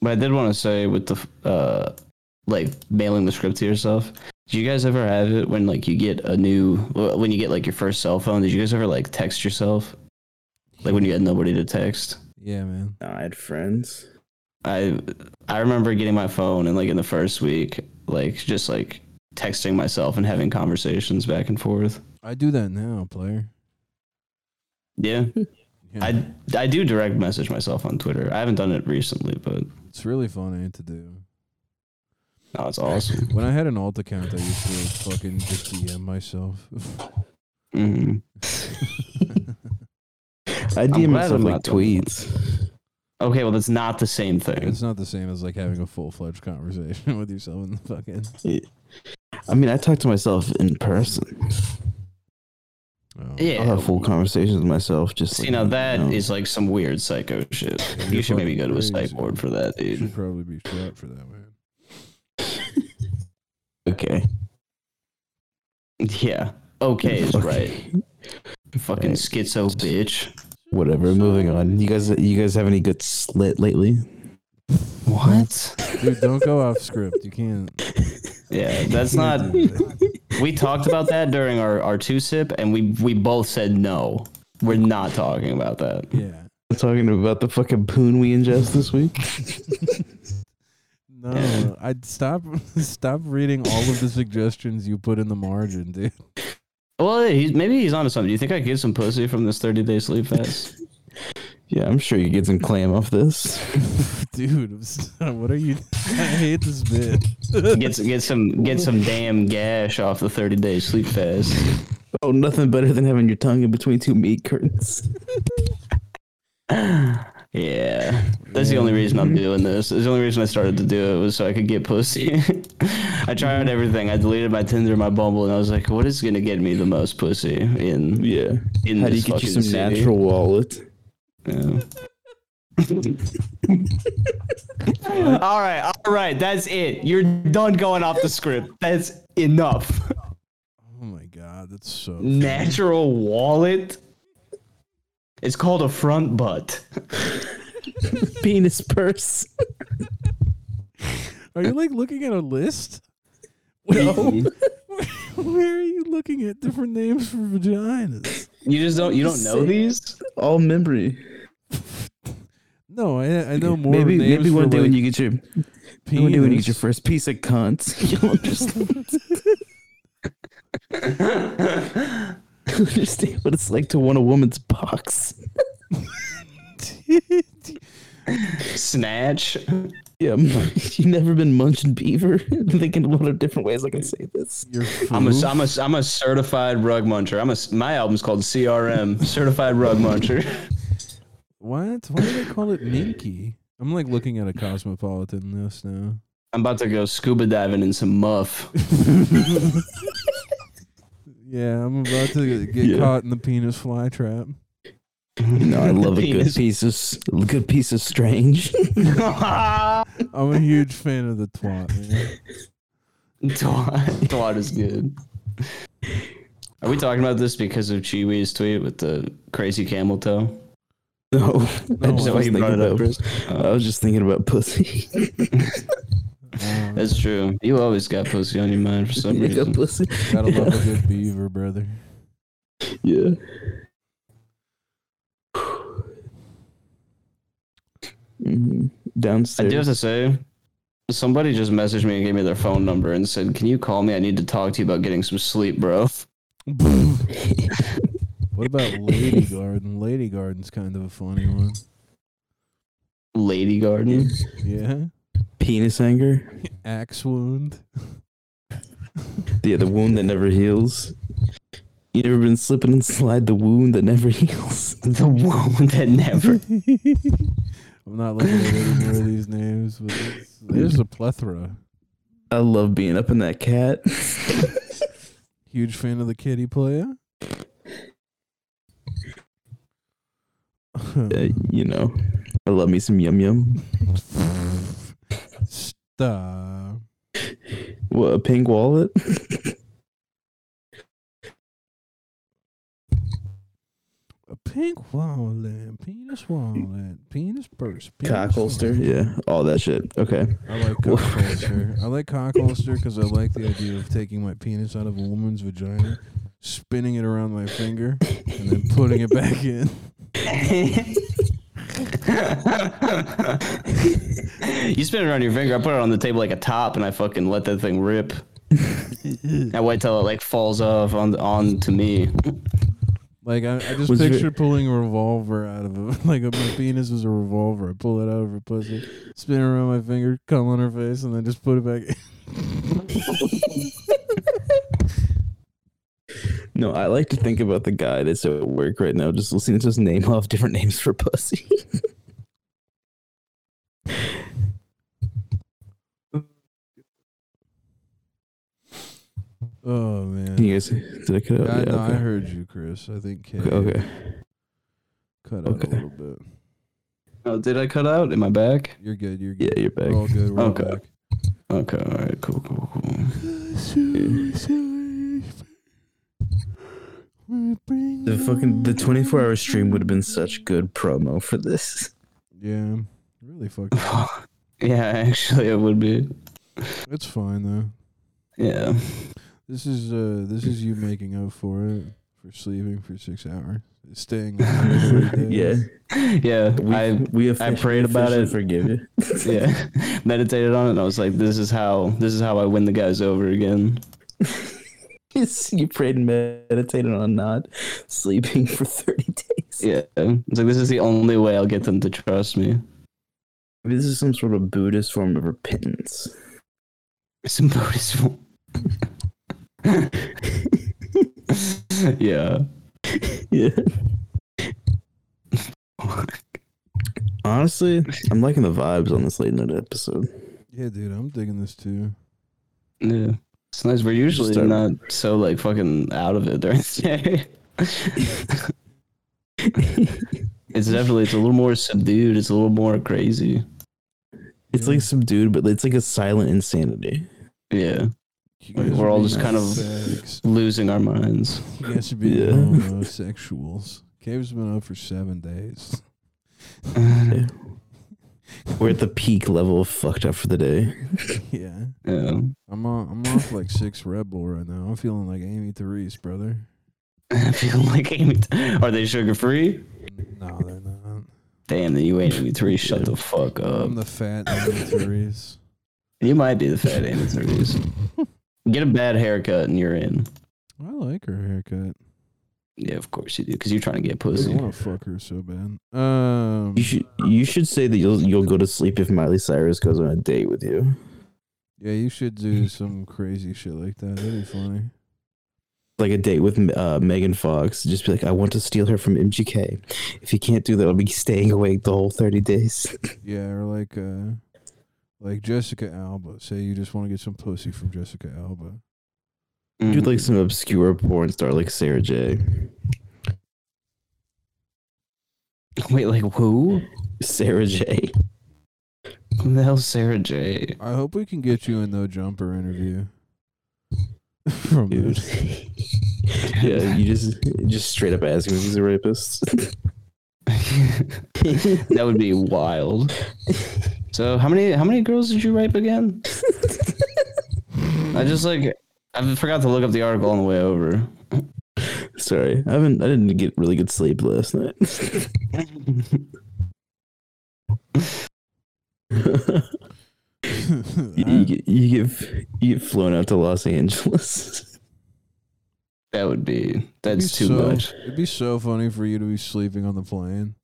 Speaker 3: but I did want to say with the uh, like mailing the script to yourself. Do you guys ever have it when like you get a new wh- when you get like your first cell phone? Did you guys ever like text yourself? Like when you had nobody to text?
Speaker 1: yeah, man.
Speaker 2: Nah, I had friends.
Speaker 3: I I remember getting my phone and like in the first week, like just like texting myself and having conversations back and forth.
Speaker 1: I do that now, player.
Speaker 3: Yeah,
Speaker 1: Yeah.
Speaker 3: I I do direct message myself on Twitter. I haven't done it recently, but
Speaker 1: it's really funny to do.
Speaker 3: no, it's awesome.
Speaker 1: When I had an alt account, I used to fucking just DM myself.
Speaker 3: hmm
Speaker 2: I
Speaker 3: glad
Speaker 2: DM myself
Speaker 3: I'm
Speaker 2: like
Speaker 3: not the only one.
Speaker 2: tweets.
Speaker 3: Okay, well that's not the same thing.
Speaker 1: It's not the same as like having a full fledged conversation with yourself in the fucking.
Speaker 2: I mean, I talk to myself in person.
Speaker 1: Oh.
Speaker 3: Yeah.
Speaker 2: I'll have full conversations with myself. Just
Speaker 3: See,
Speaker 2: like,
Speaker 3: now that is
Speaker 2: you know.
Speaker 3: like some weird psycho shit.
Speaker 1: You're
Speaker 3: You should maybe
Speaker 1: fucking
Speaker 3: go to a psych
Speaker 1: crazy.
Speaker 3: ward for that,
Speaker 1: You
Speaker 3: dude.
Speaker 1: should probably be shot for that, man.
Speaker 2: Okay.
Speaker 3: Yeah. Okay is right.
Speaker 2: Okay.
Speaker 3: Fucking
Speaker 2: Right.
Speaker 3: schizo bitch.
Speaker 2: Whatever. Moving on. You guys, you guys have any good slit lately?
Speaker 3: What?
Speaker 1: Dude, don't go off script. You can't.
Speaker 3: Yeah, that's not. We talked about that during our our two sip, and we we both said no. We're not talking about that.
Speaker 1: Yeah.
Speaker 2: I'm talking about the fucking poon we ingest this week.
Speaker 1: No, I'd stop stop reading all of the suggestions you put in the margin, dude.
Speaker 3: Well, he's, maybe he's onto something. Do you think I could get some pussy from this thirty day sleep fest?
Speaker 2: yeah, I'm sure you get some clam off this.
Speaker 1: dude, I'm s- what are you? I hate this bit.
Speaker 3: get some- get some get some damn gash off the thirty day sleep fest.
Speaker 2: Oh, nothing better than having your tongue in between two meat curtains.
Speaker 3: Yeah, that's the only reason I'm doing this. It's the only reason I started to do it was so I could get pussy. I tried everything. I deleted my Tinder, my Bumble, and I was like, "What is gonna get me the most pussy in
Speaker 2: Yeah.
Speaker 3: in
Speaker 2: How do you
Speaker 3: this
Speaker 2: get you
Speaker 3: fucking
Speaker 2: some
Speaker 3: city?"
Speaker 2: natural wallet?
Speaker 3: Yeah. all right, all right, that's it. You're done going off the script. That's enough.
Speaker 1: Oh my god, that's so.
Speaker 3: Natural wallet. It's called a front butt.
Speaker 2: Penis purse.
Speaker 1: Are you like looking at a list?
Speaker 2: No.
Speaker 1: Where are you looking at different names for vaginas?
Speaker 3: You just don't. You don't know these.
Speaker 2: All memory.
Speaker 1: No, I I know more.
Speaker 2: Maybe
Speaker 1: names
Speaker 2: maybe
Speaker 1: for,
Speaker 2: one day
Speaker 1: like,
Speaker 2: when you get your
Speaker 1: penis.
Speaker 2: one day when you get your first piece of cunt, you'll understand. You'll understand what it's like to want a woman's box.
Speaker 3: Snatch.
Speaker 2: Yeah, you never been munching beaver. I'm thinking of a lot of different ways I can say this.
Speaker 1: Your
Speaker 3: I'm a,
Speaker 1: foo?
Speaker 3: I'm a, I'm a certified rug muncher. I'm a, my album's called CRM, Certified Rug Muncher.
Speaker 1: What? Why do they call it Minky? I'm like looking at a cosmopolitan list now.
Speaker 3: I'm about to go scuba diving in some muff.
Speaker 1: Yeah, I'm about to get
Speaker 2: Yeah.
Speaker 1: caught in the penis fly trap.
Speaker 2: No, I love a good
Speaker 3: Penis.
Speaker 2: piece of a good piece of strange.
Speaker 3: Twat.
Speaker 1: I'm a huge fan of the twat. Man.
Speaker 3: Twat is good. Are we talking about this because of Chiwee's tweet with the crazy camel toe?
Speaker 2: No, I
Speaker 1: No,
Speaker 2: just
Speaker 1: I
Speaker 2: was
Speaker 3: you
Speaker 2: thinking
Speaker 3: brought it up,
Speaker 2: about.
Speaker 3: Chris.
Speaker 2: I was just thinking about pussy.
Speaker 1: Uh,
Speaker 3: That's true. You always got pussy on your mind for some
Speaker 2: Yeah,
Speaker 3: reason.
Speaker 2: pussy.
Speaker 1: gotta
Speaker 2: yeah.
Speaker 1: love a good beaver, brother.
Speaker 2: Yeah. Mhm.
Speaker 3: I
Speaker 2: Downstairs.
Speaker 3: do have to say, somebody just messaged me and gave me their phone number and said, "Can you call me? I need to talk to you about getting some sleep, bro."
Speaker 1: What about Lady Garden? Lady Garden's kind of a funny one.
Speaker 3: Lady Garden.
Speaker 1: Yeah.
Speaker 2: Penis anger.
Speaker 1: Axe wound.
Speaker 2: Yeah, the wound that never heals. You ever been slipping and slide the wound that never heals?
Speaker 3: The wound that never.
Speaker 1: I'm not looking at any more of these names, but it's, there's a plethora.
Speaker 2: I love being up in that cat.
Speaker 1: Huge fan of the kitty player.
Speaker 2: Uh, you know, I love me some yum yum.
Speaker 1: Stop.
Speaker 2: What a pink wallet.
Speaker 1: A pink wallet, penis wallet, penis purse, penis
Speaker 2: Cock holster. Yeah, all that shit. Okay.
Speaker 1: I like cock holster. I like cock holster because I like the idea of taking my penis out of a woman's vagina, spinning it around my finger, and then putting it back in.
Speaker 3: you spin it around your finger. I put it on the table like a top, and I fucking let that thing rip. I wait till it like falls off on on to me.
Speaker 1: Like I, I just
Speaker 2: Was it-
Speaker 1: picture pulling a revolver out of a, like my penis was a revolver. I pull it out of her pussy, spin it around my finger, come on her face, and then just put it back. in.
Speaker 2: No, I like to think about the guy that's at work right now, just listening to us name off different names for pussy.
Speaker 1: Oh man.
Speaker 2: you guys did I cut out?
Speaker 1: I,
Speaker 2: Yeah,
Speaker 1: no, I
Speaker 2: okay.
Speaker 1: heard you, Chris. I think Kay
Speaker 2: Okay, okay.
Speaker 1: cut out
Speaker 2: Okay.
Speaker 1: a little bit.
Speaker 3: Oh, did I cut out? Am I back?
Speaker 1: You're good. You're good.
Speaker 2: Yeah, you're back.
Speaker 1: We're all good. We're
Speaker 3: Okay.
Speaker 1: all back.
Speaker 3: Okay, all right, cool, cool, cool.
Speaker 2: The fucking the 24 hour stream would have been such good promo for this.
Speaker 1: Yeah, really fucking.
Speaker 3: yeah, actually, it would be.
Speaker 1: It's fine though.
Speaker 3: Yeah.
Speaker 1: This is uh this is you making up for it for sleeping for six hours, staying. up for three
Speaker 2: Yeah,
Speaker 1: days.
Speaker 3: Yeah.
Speaker 2: we
Speaker 3: I
Speaker 2: we officially-
Speaker 3: prayed about
Speaker 2: officially
Speaker 3: it.
Speaker 2: Forgive you.
Speaker 3: yeah meditated on it and I was like, this is how this is how I win the guys over again.
Speaker 2: Yes, you prayed and meditated on not sleeping for 30 days.
Speaker 3: Yeah. It's like this is the only way I'll get them to trust me.
Speaker 2: This is some sort of Buddhist form of repentance.
Speaker 3: It's impossible. yeah.
Speaker 2: yeah. Honestly, I'm liking the vibes on this late night episode.
Speaker 1: yeah, dude, I'm digging this too.
Speaker 3: Yeah. It's nice. We're usually
Speaker 2: Start-
Speaker 3: not so like fucking out of it during the day. it's definitely it's a little more subdued. It's a little more crazy.
Speaker 2: It's
Speaker 1: Yeah.
Speaker 2: like subdued, but it's like a silent insanity.
Speaker 3: Yeah.
Speaker 1: You
Speaker 3: Like,
Speaker 1: guys
Speaker 3: we're
Speaker 1: are
Speaker 3: all
Speaker 1: being
Speaker 3: just kind of-
Speaker 1: fags.
Speaker 3: Losing our minds.
Speaker 1: You guys should be
Speaker 2: Yeah.
Speaker 1: homosexuals. Cave's been up for seven days.
Speaker 3: yeah.
Speaker 2: We're at the peak level of fucked up for the day.
Speaker 1: yeah.
Speaker 3: Yeah.
Speaker 1: I'm on, I'm off like six Red Bull right now. I'm feeling like Amy Therese, brother.
Speaker 3: I feel like Amy are they sugar free?
Speaker 1: No, they're not.
Speaker 3: Damn, then you ain't Amy three. Shut the fuck up.
Speaker 1: I'm the fat Amy Therese.
Speaker 3: You might be the Um, fat Amy threes. Get a bad haircut and you're in.
Speaker 1: I like her haircut.
Speaker 3: Yeah, of course you do, because you're trying to get
Speaker 1: I
Speaker 3: pussy.
Speaker 1: want to fuck her so bad. Um,
Speaker 2: You should you should say that you'll you'll go to sleep if Miley Cyrus goes on a date with you.
Speaker 1: yeah, you should do some crazy shit like that. That'd be funny.
Speaker 2: Like a date with uh, Megan Fox. Just be like, I want to steal her from MGK. If you can't do that, I'll be staying awake the whole 30 days.
Speaker 1: Yeah, or like, uh, like Jessica Alba. Say you just want to get some pussy from Jessica Alba.
Speaker 2: Do like some obscure porn star like Sarah J.
Speaker 3: Mm. Wait, like who?
Speaker 2: Sarah J.
Speaker 3: Who the hell's Sarah J?
Speaker 1: I hope we can get you a no jumper interview. from
Speaker 2: dude.
Speaker 1: this.
Speaker 2: yeah, you just just straight up ask him if he's a rapist.
Speaker 3: that would be wild. So how many how many girls did you rape again? I just like I forgot to look up the article on the way over.
Speaker 2: Sorry, I haven't. I didn't get really good sleep last night. you, you
Speaker 1: I,
Speaker 2: get you get you get flown out to Los Angeles.
Speaker 3: that would be that's too
Speaker 1: That'd be so-
Speaker 3: much.
Speaker 1: it'd be so funny for you to be sleeping on the plane.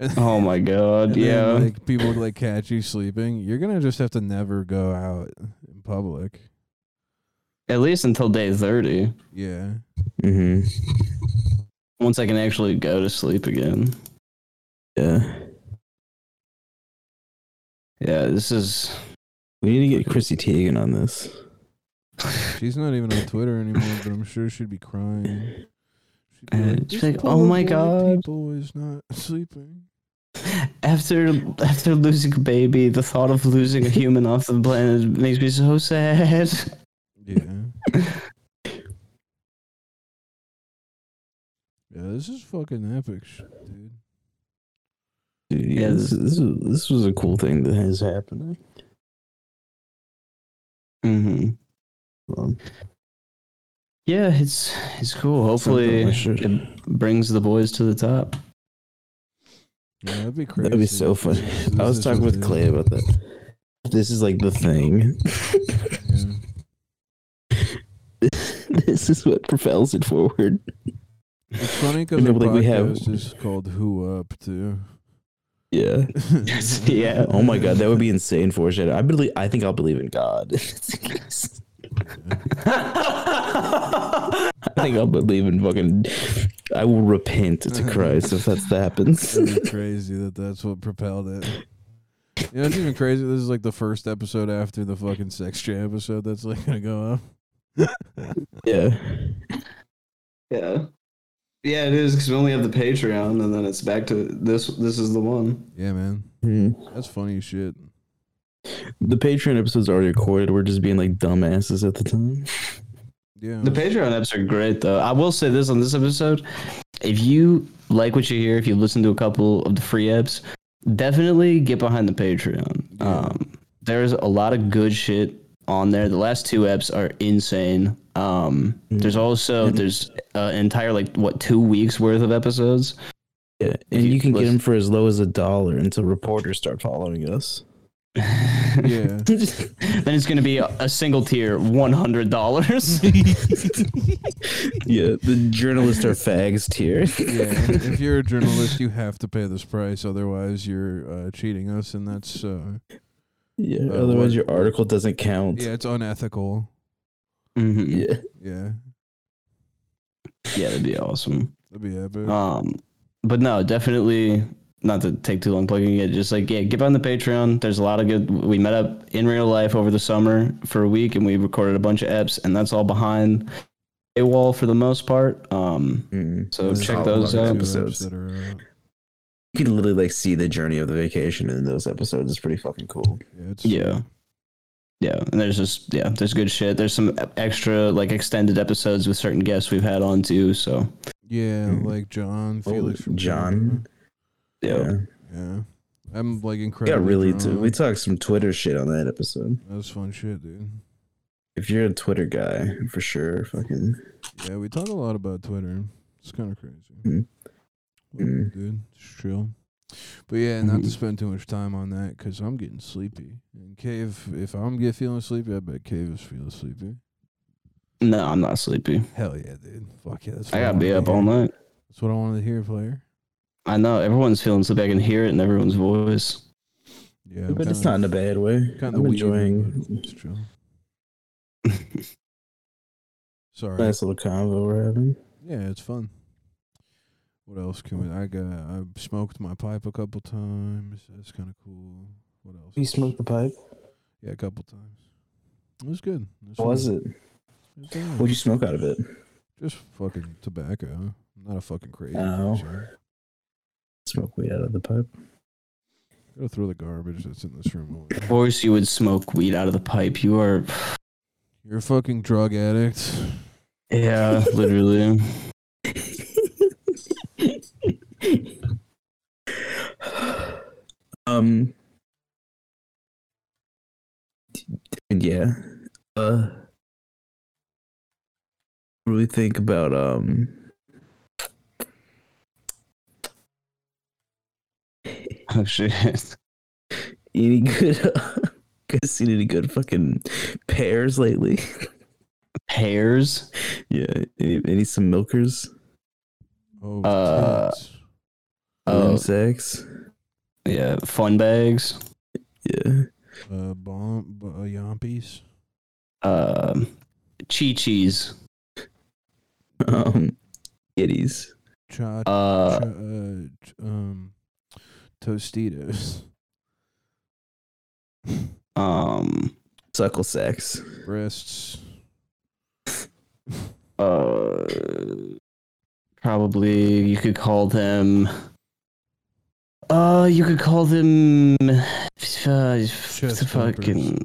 Speaker 1: And
Speaker 3: Oh my god,
Speaker 1: and then,
Speaker 3: yeah.
Speaker 1: like people would like catch you sleeping. You're gonna just have to never go out in public.
Speaker 3: At least until day thirty.
Speaker 1: Yeah.
Speaker 2: mm-hmm.
Speaker 3: Once I can actually go to sleep again.
Speaker 2: Yeah,
Speaker 3: Yeah, this is
Speaker 2: we need to get Chrissy Teigen on this.
Speaker 1: She's not even on Twitter anymore, but I'm sure she'd be crying. She'd be
Speaker 3: Uh,
Speaker 1: like,
Speaker 3: she's
Speaker 1: "This
Speaker 3: like,
Speaker 1: poor
Speaker 3: "Oh my
Speaker 1: white
Speaker 3: God."
Speaker 1: people is not sleeping.
Speaker 3: after after losing a baby, the thought of losing a human off the planet makes me so sad.
Speaker 1: Yeah. yeah, this is fucking epic shit, dude.
Speaker 2: Dude, yeah,
Speaker 3: Yeah,
Speaker 2: this this was, this was a cool thing that has happened.
Speaker 3: Mm-hmm.
Speaker 2: Um,
Speaker 3: Yeah, it's it's cool. Hopefully,
Speaker 2: something I should-
Speaker 3: it brings the boys to the top.
Speaker 1: Yeah, that'd be crazy.
Speaker 2: That'd be so
Speaker 1: if
Speaker 2: funny.
Speaker 1: this-
Speaker 2: I
Speaker 1: this
Speaker 2: was
Speaker 1: is
Speaker 2: talking
Speaker 1: what it
Speaker 2: with Clay
Speaker 1: is.
Speaker 2: about that. This is like the thing.
Speaker 1: Yeah.
Speaker 2: this is what propels it forward.
Speaker 1: It's funny because
Speaker 2: And
Speaker 1: our
Speaker 2: then, like,
Speaker 1: podcast
Speaker 2: we have-
Speaker 1: is called Who Up too.
Speaker 2: Yeah.
Speaker 3: Yeah.
Speaker 2: Oh my god, that would be insane foreshadow. I believe. I think I'll believe in God. I think I'll believe in fucking. I will repent to Christ if that's that happens.
Speaker 1: That'd be crazy that that's what propelled it. You know, it's even crazy. This is like the first episode after the fucking sex jam episode that's like gonna go up.
Speaker 2: Yeah.
Speaker 3: Yeah, yeah, it is because we only have the Patreon, and then it's back to this. This is the one.
Speaker 1: Yeah, man,
Speaker 2: Hmm.
Speaker 1: that's funny as shit.
Speaker 2: The Patreon episode's already recorded. We're just being like dumbasses at the time.
Speaker 1: Yeah.
Speaker 3: The Patreon eps are great, though. I will say this on this episode: if you like what you hear, if you listen to a couple of the free apps, definitely get behind the Patreon. Um, there's a lot of good shit on there. The last two apps are insane. Um, There's also there's an entire like what two weeks worth of episodes.
Speaker 2: Yeah,
Speaker 3: If
Speaker 2: and
Speaker 3: you
Speaker 2: you can get
Speaker 3: listen-
Speaker 2: them for as low as a dollar until reporters start following us.
Speaker 1: yeah.
Speaker 3: then it's gonna be a, a single tier, one hundred dollars.
Speaker 2: Yeah, the journalists are fags tier.
Speaker 1: Yeah. if you're a journalist, you have to pay this price. Otherwise, you're uh, cheating us, and that's uh,
Speaker 2: Yeah,
Speaker 1: Uh, what-
Speaker 2: otherwise your article doesn't count.
Speaker 1: yeah, it's unethical.
Speaker 3: yeah.
Speaker 2: yeah.
Speaker 1: Yeah.
Speaker 3: yeah, that'd be awesome.
Speaker 1: That'd be epic.
Speaker 2: Uh,
Speaker 3: Um, but no, definitely not to take too long plugging it. Just like yeah, get on the Patreon. There's a lot of good. We met up in real life over the summer for a week, and we recorded a bunch of eps, and that's all behind a wall for the most part. Um,
Speaker 2: Mm.
Speaker 3: so
Speaker 2: Those
Speaker 3: check
Speaker 2: are
Speaker 3: those
Speaker 1: Two
Speaker 2: all
Speaker 3: out.
Speaker 2: good episodes.
Speaker 1: that are out.
Speaker 2: You can literally like see the journey of the vacation in those episodes. It's pretty fucking cool.
Speaker 1: Yeah. It's,
Speaker 3: Yeah. Yeah, and there's just yeah, there's good shit. There's some extra like extended episodes with certain guests we've had on too. So
Speaker 1: Yeah,
Speaker 2: Mm.
Speaker 1: like John
Speaker 2: Oh,
Speaker 1: Felix from
Speaker 2: John.
Speaker 3: yeah,
Speaker 1: Yeah. I'm like
Speaker 2: Yeah,
Speaker 1: incredible.
Speaker 2: really too. We talked some Twitter shit on that episode.
Speaker 1: that was fun shit, dude.
Speaker 2: If you're a Twitter guy, for sure, fucking
Speaker 1: Yeah, we talk a lot about Twitter. It's kind of crazy.
Speaker 2: Mm.
Speaker 1: Whatever,
Speaker 2: Mm.
Speaker 1: Dude, it's chill. But yeah, not to
Speaker 3: Mhm.
Speaker 1: spend too much time on that because I'm getting sleepy. And Cave, if I'm get feeling sleepy, I bet Cave is feeling sleepy.
Speaker 3: no, I'm not sleepy.
Speaker 1: Hell yeah, dude. Fuck yeah. That's
Speaker 3: I
Speaker 1: what
Speaker 3: gotta be
Speaker 1: wanted to
Speaker 3: up all
Speaker 1: hear.
Speaker 3: night.
Speaker 1: That's what I wanted to hear, player.
Speaker 3: I know everyone's feeling sleepy. I can hear it in everyone's voice.
Speaker 1: Yeah,
Speaker 2: but it's not in a bad way.
Speaker 1: Kind of
Speaker 2: I'm enjoying
Speaker 1: It's chill. Sorry.
Speaker 2: nice little convo we're having.
Speaker 1: Yeah, it's fun. What else can we? I got. I smoked my pipe a couple times. That's kind of cool. What else?
Speaker 2: You smoked the pipe?
Speaker 1: Yeah, a couple times. It was good. It
Speaker 2: What was
Speaker 1: fun.
Speaker 2: it?
Speaker 1: was alright.
Speaker 2: What'd you smoke out of it?
Speaker 1: Just fucking tobacco. I'm not a fucking crazy.
Speaker 2: Oh.
Speaker 1: person.
Speaker 2: Smoke weed out of the pipe.
Speaker 1: Gotta throw the garbage that's in this room away.
Speaker 3: Of course, you would smoke weed out of the pipe. You are,
Speaker 1: You're a fucking drug addict.
Speaker 3: yeah, literally.
Speaker 2: um and yeah uh what do we think about um
Speaker 3: Oh shit!
Speaker 2: any good guys seen any good fucking pears lately
Speaker 3: Pears.
Speaker 2: yeah any, any some milkers
Speaker 1: Oh,
Speaker 3: Uh,
Speaker 1: tits.
Speaker 2: oh.
Speaker 3: Oh
Speaker 2: sex
Speaker 3: yeah, fun bags.
Speaker 2: yeah
Speaker 1: uh, bomb, uh, yompies.
Speaker 3: Um, chi chis.
Speaker 2: um kitties
Speaker 1: Cha, cha,
Speaker 3: Uh,
Speaker 1: uh, ch- um, Tostitos.
Speaker 3: um,
Speaker 2: suckle sex
Speaker 1: breasts.
Speaker 3: uh, probably you could call them. Uh, you could call them. Uh,
Speaker 1: Chest
Speaker 3: the fucking.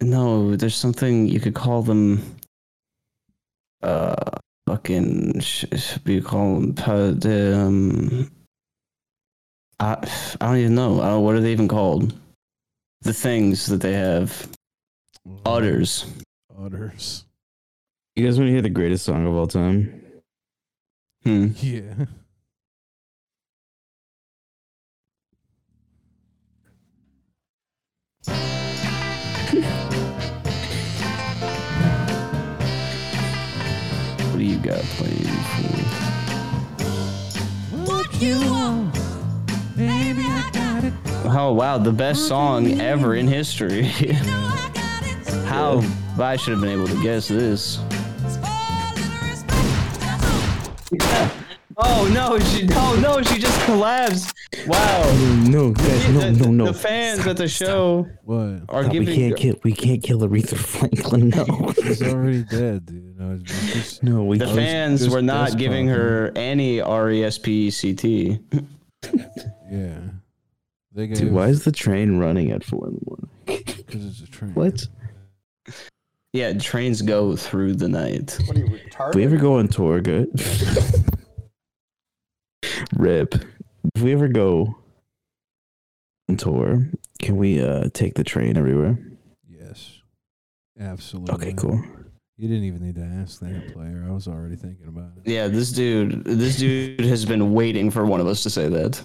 Speaker 3: No, there's something you could call them. Uh, fucking. sh- sh- You call them. pa- Um, I, I don't even know. I don't, what are they even called? The things that they have.
Speaker 1: bumpers.
Speaker 3: Udders.
Speaker 1: Udders.
Speaker 2: you guys want to hear the greatest song of all time
Speaker 3: Hmm.
Speaker 1: Yeah.
Speaker 3: What do you got playing for me?
Speaker 4: What you want, baby, I got it.
Speaker 3: Oh wow, the best song ever in history.
Speaker 4: No, I got it.
Speaker 3: How I should have been able to guess this.
Speaker 4: It's all in respect. That's all.
Speaker 3: Oh no, she no no, she just collapsed. Wow.
Speaker 2: no guys no no no
Speaker 3: fans at the show
Speaker 1: What?
Speaker 3: are
Speaker 2: Stop, we can't kill. We can't kill Aretha Franklin. No,
Speaker 1: He's already dead, dude. No, it's just,
Speaker 2: no. We
Speaker 3: the fans
Speaker 1: just
Speaker 3: were not
Speaker 1: dust
Speaker 3: giving her any R E S P E C T.
Speaker 1: yeah. They gave,
Speaker 2: Dude, why is the train running at four in the morning?
Speaker 1: because it's a train.
Speaker 2: What?
Speaker 3: Yeah, trains go through the night.
Speaker 5: What are you retarded?
Speaker 2: If we ever go on tour, good. Rip. If we ever go on tour, can we uh take the train everywhere?
Speaker 1: Yes, absolutely.
Speaker 2: Okay, cool.
Speaker 1: You didn't even need to ask that player. I was already thinking about it.
Speaker 3: Yeah, this dude, this dude has been waiting for one of us to say that.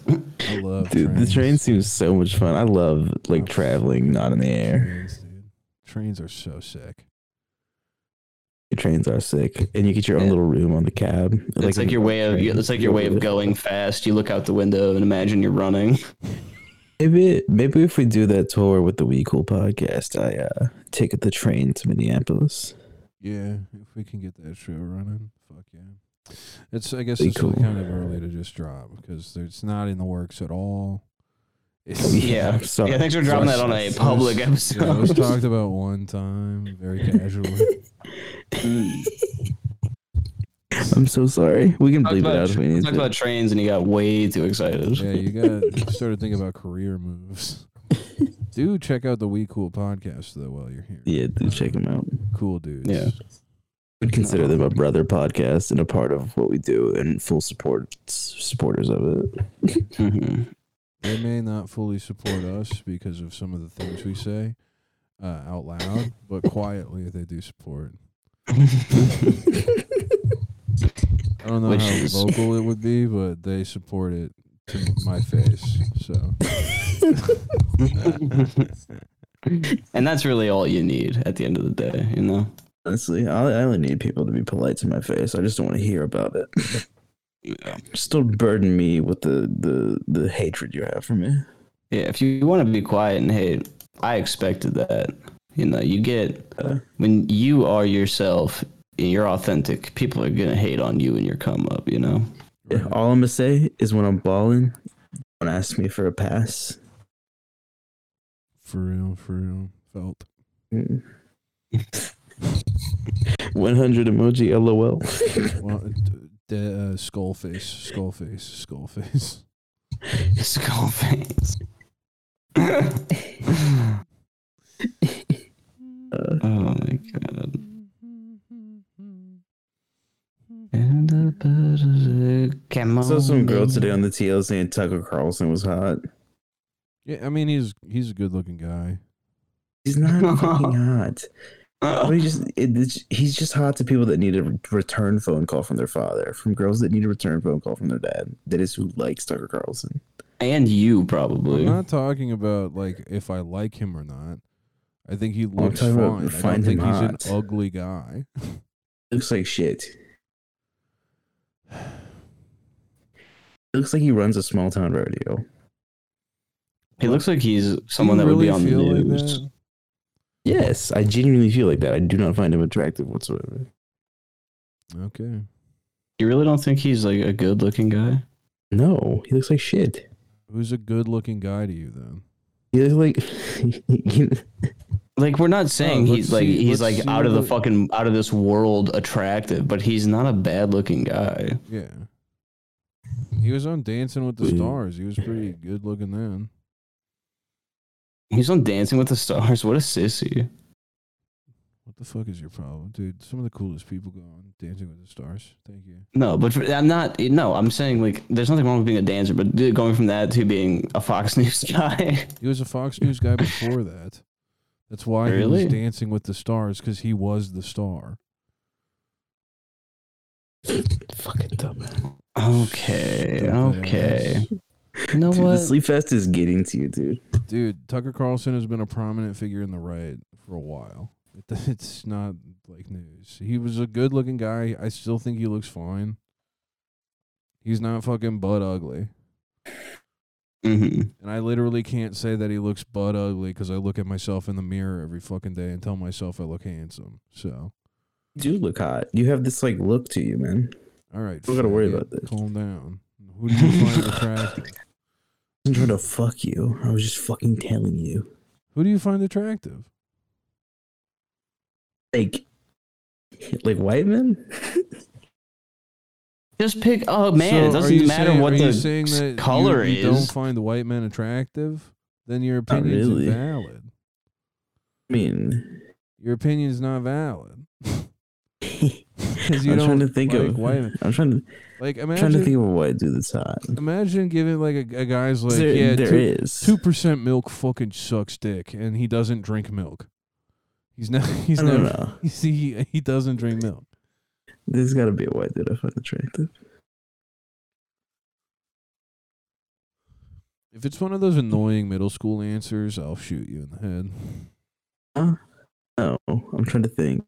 Speaker 1: I love
Speaker 2: Dude,
Speaker 1: trains.
Speaker 2: the train seems so much fun. I love like
Speaker 1: Oh,
Speaker 2: traveling, not in the air.
Speaker 1: Trains, dude. Trains are so sick.
Speaker 2: The trains are sick, and you get your own
Speaker 3: Yeah.
Speaker 2: little room on the cab.
Speaker 3: It's like your way of, it's like your way of going fast. You look out the window and imagine you're running.
Speaker 2: Maybe, maybe if we do that tour with the We Cool podcast, I uh take the train to Minneapolis.
Speaker 1: Yeah, if we can get that show running, fuck yeah. It's I guess
Speaker 2: Be
Speaker 1: it's
Speaker 2: cool.
Speaker 1: kind of early to just drop because it's not in the works at all. It's,
Speaker 3: Yeah.
Speaker 2: so
Speaker 3: yeah, thanks for dropping that on a
Speaker 1: It
Speaker 3: public
Speaker 1: was- yeah, it
Speaker 3: episode.
Speaker 1: was talked about one time, very casually.
Speaker 2: I'm so sorry. We can
Speaker 3: Talked
Speaker 2: bleep it out
Speaker 3: about,
Speaker 2: if we need
Speaker 3: talked
Speaker 2: to.
Speaker 3: about trains and you got way too excited.
Speaker 1: yeah, you got you started thinking about career moves. Do check out the We Cool podcast though while you're here. Um,
Speaker 2: Yeah, do check them out.
Speaker 1: Cool dudes.
Speaker 3: Yeah.
Speaker 2: would consider them a brother podcast and a part of what we do and full support supporters of it.
Speaker 3: Mhm.
Speaker 1: They may not fully support us because of some of the things we say uh, out loud, but quietly they do support. I don't know
Speaker 3: Which
Speaker 1: how
Speaker 3: is-
Speaker 1: vocal it would be, but they support it to my face. So
Speaker 3: and that's really all you need at the end of the day, you know?
Speaker 2: Honestly, I, I only need people to be polite to my face. I just don't want to hear about it.
Speaker 3: Yeah.
Speaker 2: Just don't burden me with the, the, the hatred you have for me.
Speaker 3: Yeah, if you want to be quiet and hate, I expected that. You know, you get
Speaker 2: Uh.
Speaker 3: when you are yourself and you're authentic, people are gonna hate on you and your come up. You know,
Speaker 2: Yeah, all I'm gonna say is when I'm balling, don't ask me for a pass.
Speaker 1: for real, for real, felt.
Speaker 2: Mm. 100 emoji lol.
Speaker 1: Well, d- d- uh, skull face, skull face, skull face.
Speaker 3: skull face.
Speaker 2: Uh,
Speaker 3: Oh my god. And a bird,
Speaker 2: I saw some girl today on the TL saying Tucker Carlson was hot.
Speaker 1: Yeah, I mean he's he's a good looking guy.
Speaker 2: He's not fucking hot. But
Speaker 3: Oh,
Speaker 2: he just it, it's, he's just hot to people that need a re- return phone call from their father, from girls that need a return phone call from their dad. That is who likes Tucker Carlson.
Speaker 3: and you
Speaker 1: I'm
Speaker 3: probably.
Speaker 1: not talking about like if I like him or not. I think he looks
Speaker 2: talking
Speaker 1: fine.
Speaker 2: about
Speaker 1: I don't
Speaker 2: find
Speaker 1: think
Speaker 2: him
Speaker 1: he's an
Speaker 2: hot.
Speaker 1: ugly guy.
Speaker 2: Looks like shit. Looks like he runs a small town rodeo.
Speaker 3: He looks like he's someone that would be on the news.
Speaker 2: Yes, I genuinely feel like that. I do not find him attractive whatsoever.
Speaker 1: Okay.
Speaker 3: you really don't think he's like a good-looking guy?
Speaker 2: No, he looks like shit.
Speaker 1: Who's a good looking guy to you then?
Speaker 2: He looks like
Speaker 3: Like we're not saying
Speaker 1: Oh, let's
Speaker 3: he's like
Speaker 1: see-
Speaker 3: he's
Speaker 1: let's
Speaker 3: like
Speaker 1: see
Speaker 3: out of the
Speaker 1: what-
Speaker 3: fucking out of this world attractive, but he's not a bad-looking guy.
Speaker 1: Yeah. He was on Dancing with the
Speaker 2: Mm.
Speaker 1: Stars. He was pretty good looking then.
Speaker 3: He's on Dancing with the Stars. What a sissy.
Speaker 1: What the fuck is your problem, dude? Some of the coolest people go on Dancing with the Stars. Thank you.
Speaker 3: No, but for, I'm not. No, I'm saying like there's nothing wrong with being a dancer, but dude, going from that to being a Fox News guy.
Speaker 1: He was a Fox News guy before that. That's why he
Speaker 3: Really?
Speaker 1: was Dancing with the Stars because he was the star.
Speaker 2: fucking dumbass.
Speaker 3: Okay,
Speaker 1: Stupid
Speaker 3: okay. You know
Speaker 2: Dude,
Speaker 3: what?
Speaker 2: the sleep fest is getting to you, dude.
Speaker 1: ass. Dude, Tucker Carlson has been a prominent figure in the right for a while. It- It's not like news. He was a good looking guy. I still think he looks fine. He's not fucking butt ugly.
Speaker 3: hmm
Speaker 1: And I literally can't say that he looks butt ugly because I look at myself in the mirror every fucking day and tell myself I look handsome. So,
Speaker 2: You do look hot. You have this like look to you, man.
Speaker 1: all right.
Speaker 2: We gotta worry
Speaker 1: faggot,
Speaker 2: about this.
Speaker 1: Calm down. Who do you find attractive?
Speaker 2: I'm trying to fuck you. I was just fucking telling you.
Speaker 1: Who do you find attractive?
Speaker 2: Like, like white men?
Speaker 3: Just pick. Oh man, it
Speaker 1: So, are you
Speaker 3: doesn't matter
Speaker 1: saying-
Speaker 3: what
Speaker 1: are
Speaker 3: the
Speaker 1: you saying
Speaker 3: s-
Speaker 1: that you-
Speaker 3: color
Speaker 1: you,
Speaker 3: is.
Speaker 1: don't find white men attractive, then your opinion's
Speaker 2: really.
Speaker 1: invalid.
Speaker 2: mean,
Speaker 1: Your opinion's not valid. Because you
Speaker 2: I'm
Speaker 1: don't
Speaker 2: trying to think
Speaker 1: like
Speaker 2: of.
Speaker 1: white.
Speaker 2: I'm trying to
Speaker 1: Like
Speaker 2: trying to
Speaker 1: imagine,
Speaker 2: think of a white dude that's hot.
Speaker 1: imagine giving like a, a guy's like,
Speaker 2: there,
Speaker 1: yeah,
Speaker 2: there
Speaker 1: two-
Speaker 2: is.
Speaker 1: two percent milk fucking sucks dick, and he doesn't drink milk. He's not. He's
Speaker 2: I don't
Speaker 1: never.
Speaker 2: know.
Speaker 1: You see, he, he doesn't drink milk.
Speaker 2: There's got to be a white dude I find attractive.
Speaker 1: If it's one of those annoying middle school answers, I'll shoot you in the head.
Speaker 2: No, Oh, I'm trying to think.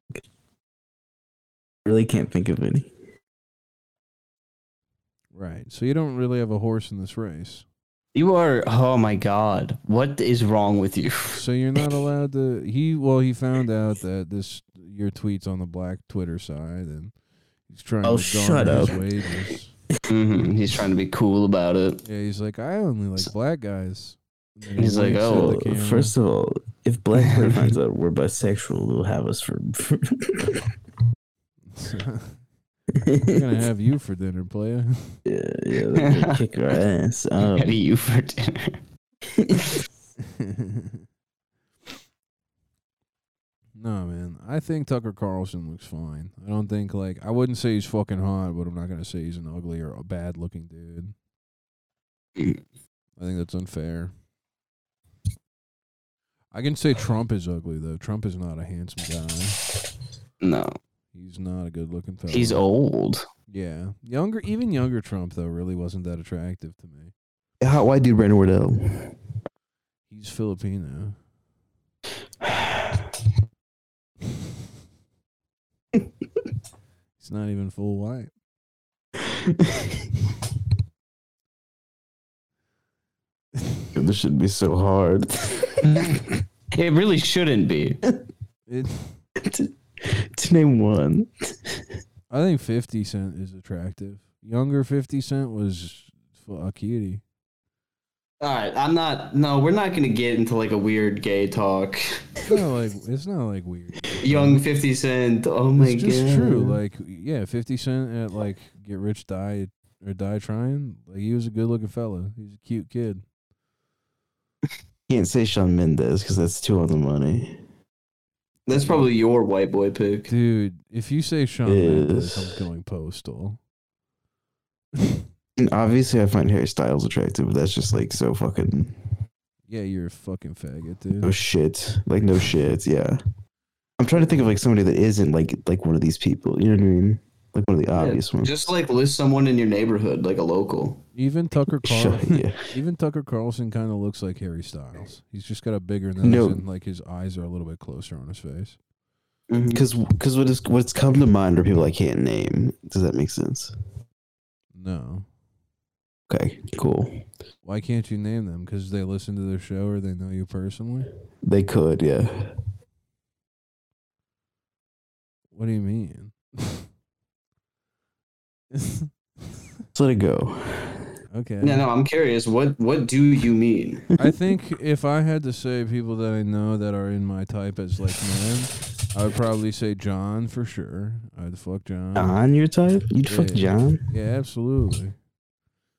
Speaker 2: Really can't think of any.
Speaker 1: Right. So you don't really have a horse in this race.
Speaker 3: You are. Oh my god. What is wrong with you?
Speaker 1: So you're not allowed to. He well, he found out that this your tweets on the black Twitter side, and he's trying
Speaker 2: Oh,
Speaker 1: to
Speaker 2: shut
Speaker 1: garner his
Speaker 2: up.
Speaker 1: wages.
Speaker 3: Mhm, He's trying to be cool about it.
Speaker 1: Yeah, he's like, I only like black guys. And then he
Speaker 3: He's like,
Speaker 1: winks at
Speaker 3: oh,
Speaker 1: the
Speaker 2: Well,
Speaker 1: camera.
Speaker 2: first of all, if Black Bear finds out we're bisexual, they'll have us for. for
Speaker 1: I'm gonna have you for dinner, player.
Speaker 2: yeah, yeah, they'll kick our ass.
Speaker 1: Oh.
Speaker 2: Um,
Speaker 3: Have you for dinner?
Speaker 1: no, man. I think Tucker Carlson looks fine. I don't think like I wouldn't say he's fucking hot, but I'm not gonna say he's an ugly or a bad looking dude. I think that's unfair. I can say Trump is ugly though. Trump is not a handsome guy.
Speaker 3: No.
Speaker 1: He's not a good looking fella.
Speaker 3: He's old.
Speaker 1: Yeah, younger, even younger Trump though really wasn't that attractive to me.
Speaker 2: Hot white dude Brandon Wardell.
Speaker 1: He's Filipino. He's not even full white.
Speaker 2: This should be so hard.
Speaker 3: It really shouldn't be.
Speaker 1: It,
Speaker 2: to name one.
Speaker 1: I think Fifty Cent is attractive. Younger Fifty Cent was fu- a cutie.
Speaker 3: All right, I'm not. No, we're not gonna get into like a weird gay talk.
Speaker 1: It's not like it's not like weird.
Speaker 3: Young 50 Cent. Oh my
Speaker 1: it's
Speaker 3: god.
Speaker 1: just true. Like yeah, Fifty Cent at like Get Rich Die or Die Trying. Like he was a good looking fella. He's a cute kid.
Speaker 2: Can't say Sean Mendes because that's too on the money.
Speaker 3: that's probably your white boy pick.
Speaker 1: Dude, if you say Sean Mendes,
Speaker 2: Yes.
Speaker 1: I'm going postal.
Speaker 2: And obviously, I find Harry Styles attractive, but that's just like so fucking
Speaker 1: yeah, you're a fucking faggot,
Speaker 3: Oh,
Speaker 2: no
Speaker 1: dude.
Speaker 2: shit. Like no shit. Yeah. I'm trying to think of like somebody that isn't like like one of these people. You know what I mean? Like one of the obvious ones.
Speaker 3: Just like list someone in your neighborhood, like a local.
Speaker 1: Even Tucker
Speaker 2: Sure,
Speaker 1: Carlson,
Speaker 2: yeah.
Speaker 1: even Tucker Carlson kind of looks like Harry Styles. He's just got a bigger nose
Speaker 2: No.
Speaker 1: and like his eyes are a little bit closer on his face.
Speaker 2: Because because what is what's come to mind are people I can't name. Does that make sense?
Speaker 1: No,
Speaker 2: Okay, cool.
Speaker 1: why can't you name them? Because they listen to their show or they know you personally.
Speaker 2: They could, yeah.
Speaker 1: What do you mean?
Speaker 2: Let's let it go.
Speaker 1: okay.
Speaker 3: No, no, I'm curious. What what do you mean?
Speaker 1: I think if I had to say people that I know that are in my type as like men, I would probably say John for sure. I'd fuck John.
Speaker 2: John, your type? You'd fuck
Speaker 1: Yeah.
Speaker 2: John?
Speaker 1: Yeah, absolutely.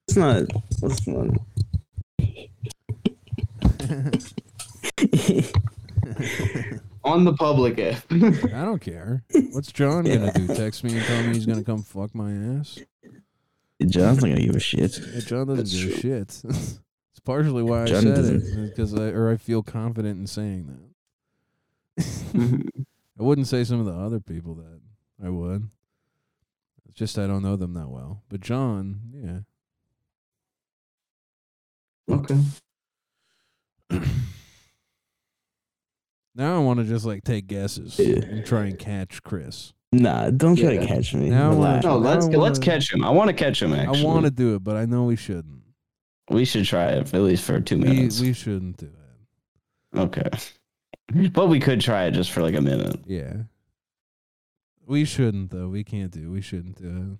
Speaker 2: It's not. It's not.
Speaker 3: On the public app.
Speaker 1: I don't care. What's John gonna do? Text me and tell me he's gonna come fuck my ass?
Speaker 2: John's not gonna give a shit.
Speaker 1: Yeah, John doesn't
Speaker 2: That's
Speaker 1: give a shit. it's partially why I
Speaker 2: John
Speaker 1: said
Speaker 2: doesn't.
Speaker 1: it because I or I feel confident in saying that.
Speaker 3: Mhm.
Speaker 1: I wouldn't say some of the other people that I would. It's just I don't know them that well. But John, yeah.
Speaker 3: okay.
Speaker 1: Now I want to just like take guesses
Speaker 2: Yeah.
Speaker 1: and try and catch Chris.
Speaker 2: Nah, don't try
Speaker 3: Yeah.
Speaker 2: to catch me.
Speaker 1: Now I wanna-
Speaker 2: Relax.
Speaker 3: No, let's
Speaker 1: I wanna-
Speaker 3: let's catch him. I want to catch him. Actually,
Speaker 1: I want to do it, but I know we shouldn't.
Speaker 3: We should try it at least for two
Speaker 1: We,
Speaker 3: minutes.
Speaker 1: we shouldn't do it.
Speaker 3: okay. But we could try it just for like a minute.
Speaker 1: Yeah. We shouldn't though. We can't do. We shouldn't do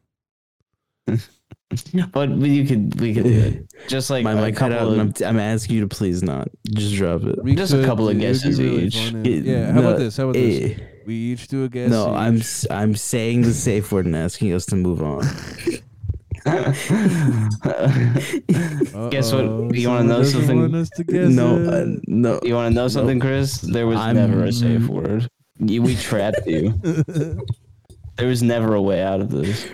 Speaker 3: But we- you could we could do it. Just like
Speaker 2: my
Speaker 3: a
Speaker 2: mic cut out,
Speaker 3: couple
Speaker 2: and
Speaker 3: of-
Speaker 2: I'm, I'm asking you to please not. Just drop it.
Speaker 1: it. We
Speaker 3: Just a
Speaker 1: could
Speaker 3: couple of
Speaker 1: do- it'd be
Speaker 3: guesses
Speaker 1: really
Speaker 3: each.
Speaker 1: fun
Speaker 2: It-
Speaker 1: if- yeah. How
Speaker 2: no,
Speaker 1: about this? How about this?
Speaker 2: Eh.
Speaker 1: We each do a guess.
Speaker 2: No, I'm
Speaker 1: each.
Speaker 2: s- I'm saying the safe word and asking us to move on.
Speaker 3: Guess what?
Speaker 1: Uh-oh,
Speaker 3: You wanna
Speaker 1: someone
Speaker 3: know
Speaker 1: doesn't
Speaker 3: something?
Speaker 1: Want us to guess
Speaker 2: no,
Speaker 1: it.
Speaker 2: uh, no.
Speaker 3: You want to know something, Chris? There was
Speaker 2: I'm-
Speaker 3: never a safe word. You, we trapped you. There was never a way out of this.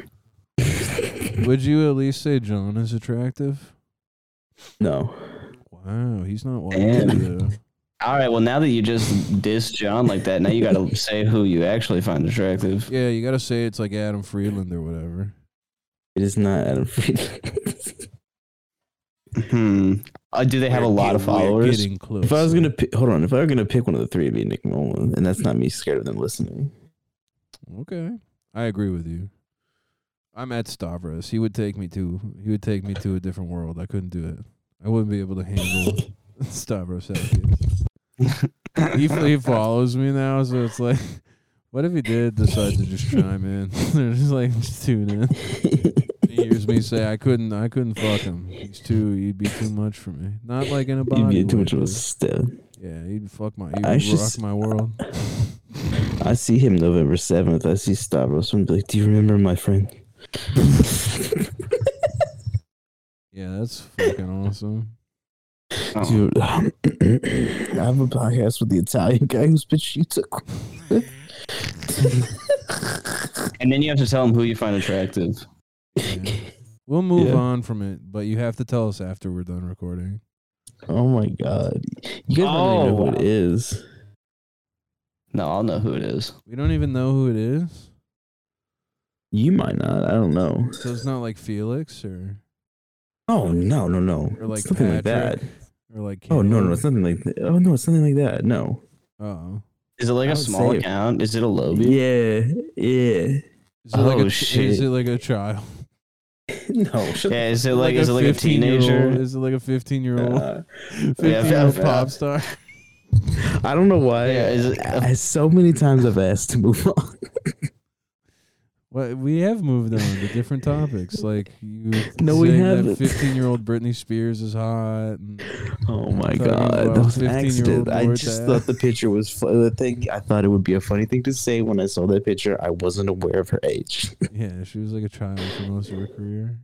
Speaker 1: Would you at least say John is attractive?
Speaker 2: No.
Speaker 1: Wow, he's not white.
Speaker 3: Damn.
Speaker 1: though.
Speaker 3: All right. Well, now that you just dissed John like that, now you got to say who you actually find attractive.
Speaker 1: Yeah, you gotta say it's like Adam Freeland or whatever.
Speaker 2: It is not Adam Friedland.
Speaker 3: Hmm. Uh, do they have a lot of
Speaker 1: We're
Speaker 3: followers?
Speaker 1: Getting close.
Speaker 2: if I was gonna pick, hold on, if I were gonna pick one of the three, it'd be Nick Nolan, and that's not me scared of them listening.
Speaker 1: Okay, I agree with you. I'm at Stavros. He would take me to. He would take me to a different world. I couldn't do it. I wouldn't be able to handle Stavros Effius. he f- he follows me now, so it's like, what if he did decide to just chime in? They're just like, just tune in. He hears me say, I couldn't. I couldn't fuck him. He's too. He'd be too much for me. Not like in a body.
Speaker 2: You'd be too
Speaker 1: way,
Speaker 2: much of a
Speaker 1: but-
Speaker 2: step.
Speaker 1: Yeah, he'd fuck my.
Speaker 2: I
Speaker 1: He'd
Speaker 2: should
Speaker 1: rock
Speaker 2: s-
Speaker 1: my world.
Speaker 2: I see him November seventh. I see Stavros and be like, "Do you remember my friend?"
Speaker 1: Yeah, that's fucking awesome.
Speaker 3: Oh.
Speaker 2: Dude, I have a podcast with the Italian guy whose bitch you took.
Speaker 3: And then you have to tell them who you find attractive.
Speaker 1: Yeah. We'll move
Speaker 2: Yeah.
Speaker 1: on from it, but you have to tell us after we're done recording.
Speaker 2: Oh my god, you guys don't even know who
Speaker 3: Oh.
Speaker 2: it is.
Speaker 3: No, I'll know who it is.
Speaker 1: We don't even know who it is,
Speaker 2: You might not. I don't know.
Speaker 1: so it's not like Felix or
Speaker 2: Oh no, no, no.
Speaker 1: Or like
Speaker 2: It's nothing like that.
Speaker 1: Patrick. or like.
Speaker 2: Oh no, no, it's nothing like that. Oh no, it's nothing like that. No.
Speaker 1: Oh,
Speaker 3: Is it like
Speaker 2: I
Speaker 3: a
Speaker 2: would
Speaker 3: small
Speaker 2: say-
Speaker 3: account? Is it a lobby?
Speaker 2: Yeah, yeah.
Speaker 1: is it like
Speaker 3: Oh,
Speaker 1: a
Speaker 3: shit.
Speaker 1: is it like a child?
Speaker 2: No, shut
Speaker 3: Yeah. Is it like, is it like a
Speaker 1: 15-year-old?
Speaker 3: teenager?
Speaker 1: Is it like a fifteen year
Speaker 2: the-
Speaker 1: old?
Speaker 2: uh,
Speaker 1: Fifteen year old
Speaker 3: yeah.
Speaker 1: pop star.
Speaker 2: I don't know why.
Speaker 3: Yeah, is it-
Speaker 2: I, so many times I've asked to move on.
Speaker 1: Well, we have moved on to different topics. Like you
Speaker 2: No, we
Speaker 1: saying
Speaker 2: haven't.
Speaker 1: that fifteen year old Britney Spears is hot. And
Speaker 2: Oh my
Speaker 1: Talking
Speaker 2: god,
Speaker 1: about
Speaker 2: that was an
Speaker 1: 15-year-old
Speaker 2: accident. I
Speaker 1: Lord
Speaker 2: just
Speaker 1: Dad.
Speaker 2: thought the picture was fu- the thing. I thought it would be a funny thing to say when I saw that picture. I wasn't aware of her age.
Speaker 1: yeah, she was like a child for most of her career.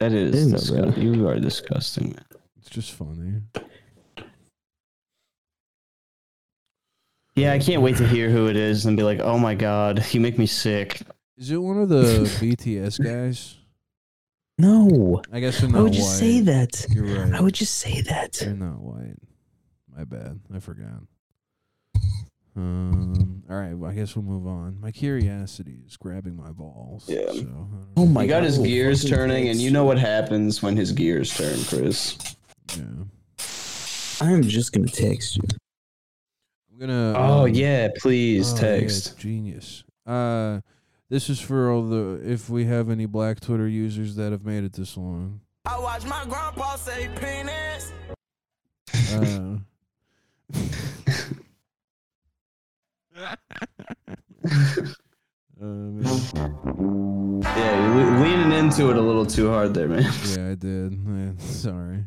Speaker 3: That is.
Speaker 2: didn't know
Speaker 3: disgu-
Speaker 2: that.
Speaker 3: You are disgusting. Man.
Speaker 1: It's just funny.
Speaker 3: Yeah, I can't wait to hear who it is and be like, oh my god, you make me sick.
Speaker 1: Is it one of the BTS guys?
Speaker 2: No,
Speaker 1: I guess they're
Speaker 2: I
Speaker 1: not
Speaker 2: would
Speaker 1: white.
Speaker 2: just say that.
Speaker 1: You're right.
Speaker 2: I would just say that.
Speaker 1: They're not white. My bad. I forgot. Um. All right. Well, I guess we'll move on. My curiosity is grabbing my balls.
Speaker 3: Yeah.
Speaker 1: So,
Speaker 2: Oh my
Speaker 3: He got
Speaker 2: god,
Speaker 3: his
Speaker 2: oh,
Speaker 3: gears
Speaker 2: fucking
Speaker 3: turning, and
Speaker 2: Chris.
Speaker 3: you know what happens when his gears turn, Chris.
Speaker 1: yeah. I'm
Speaker 2: I'm just gonna text you.
Speaker 1: gonna.
Speaker 3: Oh
Speaker 1: um,
Speaker 3: yeah, please
Speaker 1: Oh, yeah,
Speaker 3: text.
Speaker 1: genius. Uh, this is for all the if we have any Black Twitter users that have made it this long.
Speaker 5: I watch my grandpa say penis.
Speaker 1: Uh, um,
Speaker 3: Yeah, you're le- leaning into it a little too hard there, man.
Speaker 1: yeah, I did. Eh, sorry.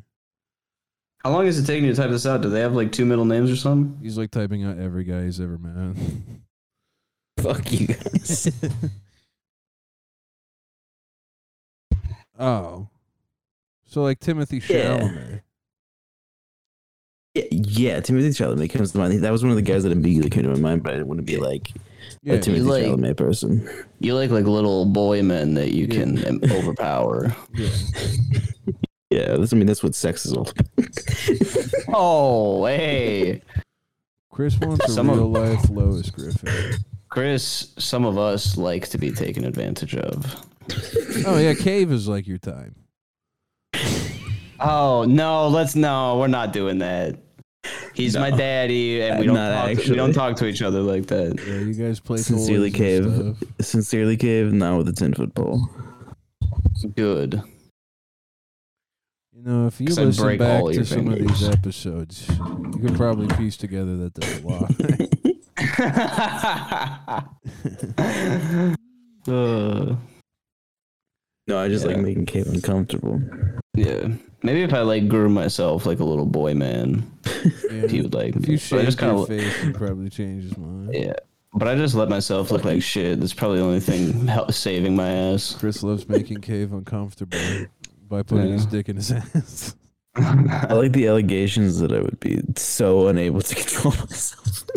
Speaker 3: How long is it taking you to type this out? Do they have like two middle names or something?
Speaker 1: He's like typing out every guy he's ever met.
Speaker 2: Fuck you guys.
Speaker 1: oh, so like Timothy
Speaker 2: Yeah.
Speaker 1: Chalamet.
Speaker 2: yeah, yeah, Timothy Chalamet comes to mind. That was one of the guys that immediately came to my mind, but I didn't want to be like
Speaker 1: Yeah,
Speaker 2: a Timothy
Speaker 3: like-
Speaker 2: Chalamet person.
Speaker 3: You like like little boy men that you
Speaker 1: Yeah.
Speaker 3: can um, overpower.
Speaker 1: yeah.
Speaker 2: Yeah, that's, I mean that's what sex is all.
Speaker 3: Oh hey,
Speaker 1: Chris wants a
Speaker 3: Some of-
Speaker 1: real life Lois Griffin.
Speaker 3: Chris. Some of us like to be taken advantage of.
Speaker 1: Oh yeah, Cave is like your time.
Speaker 3: Oh no, let's no, we're not doing that. He's my
Speaker 2: No.
Speaker 3: daddy, and we
Speaker 2: Uh,
Speaker 3: don't
Speaker 2: not
Speaker 3: talk, we
Speaker 2: actually.
Speaker 3: don't talk to each other like that.
Speaker 1: Yeah, you guys play
Speaker 2: Sincerely,
Speaker 1: toys
Speaker 2: Cave.
Speaker 1: And stuff.
Speaker 2: Sincerely, Cave, not with a ten foot pole.
Speaker 3: Good.
Speaker 1: You know, if you
Speaker 3: 'Cause I'd
Speaker 1: listen
Speaker 3: break
Speaker 1: back
Speaker 3: all
Speaker 1: to
Speaker 3: your
Speaker 1: some of
Speaker 3: fingers.
Speaker 1: these episodes, you could probably piece together that there's a lot.
Speaker 3: Uh,
Speaker 2: No, I just like
Speaker 3: Yeah.
Speaker 2: making Cave uncomfortable.
Speaker 3: yeah. Maybe if I like grew myself like a little boy man,
Speaker 1: Yeah.
Speaker 3: he would like
Speaker 1: If
Speaker 3: me.
Speaker 1: you
Speaker 3: But I
Speaker 1: shaved
Speaker 3: just kinda
Speaker 1: your
Speaker 3: look-
Speaker 1: face, you probably change his mind.
Speaker 3: Yeah. But I just let myself look like shit. That's probably the only thing help saving my ass.
Speaker 1: Chris loves making Cave uncomfortable by putting his
Speaker 3: Yeah.
Speaker 1: dick in his ass.
Speaker 2: I like the allegations that I would be so unable to control myself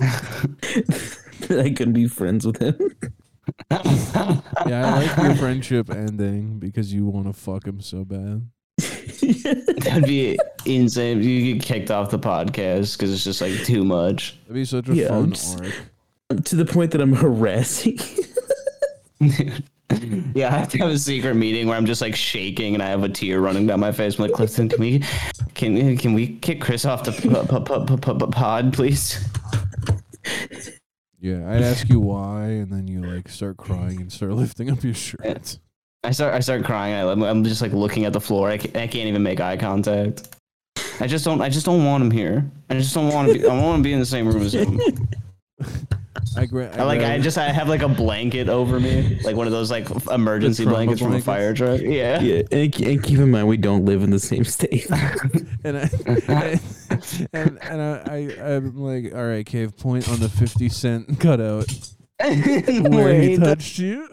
Speaker 2: that I couldn't be friends with him.
Speaker 1: yeah, I like your friendship ending because you want to fuck him so bad.
Speaker 3: That'd be insane. You get kicked off the podcast because it's just like too much.
Speaker 1: That'd be such a
Speaker 2: Yeah,
Speaker 1: fun
Speaker 2: I'm just-
Speaker 1: arc.
Speaker 2: to the point that I'm harassing.
Speaker 3: Yeah, I have to have a secret meeting where I'm just like shaking and I have a tear running down my face. I'm like, Clifton, can we, can can we kick Chris off the p- p- p- p- p- pod, please?
Speaker 1: Yeah, I'd ask you why, and then you like start crying and start lifting up your shirt.
Speaker 3: I start I start crying. I, I'm- I'm just like looking at the floor. I can't, I can't even make eye contact. I just don't. I just don't want him here. I just don't want to be. I don't want to be in the same room as him.
Speaker 1: I, gra- I
Speaker 3: I like I
Speaker 1: grab-
Speaker 3: just I have like a blanket over me, like one of those like f- emergency
Speaker 1: trauma
Speaker 3: blankets from a
Speaker 1: blankets.
Speaker 3: fire truck. Yeah.
Speaker 2: yeah, and, and keep in mind we don't live in the same state.
Speaker 1: and I and, and, and I, I I'm like, all right, Cave, point on the fifty cent cutout where he
Speaker 3: Wait.
Speaker 1: touched you.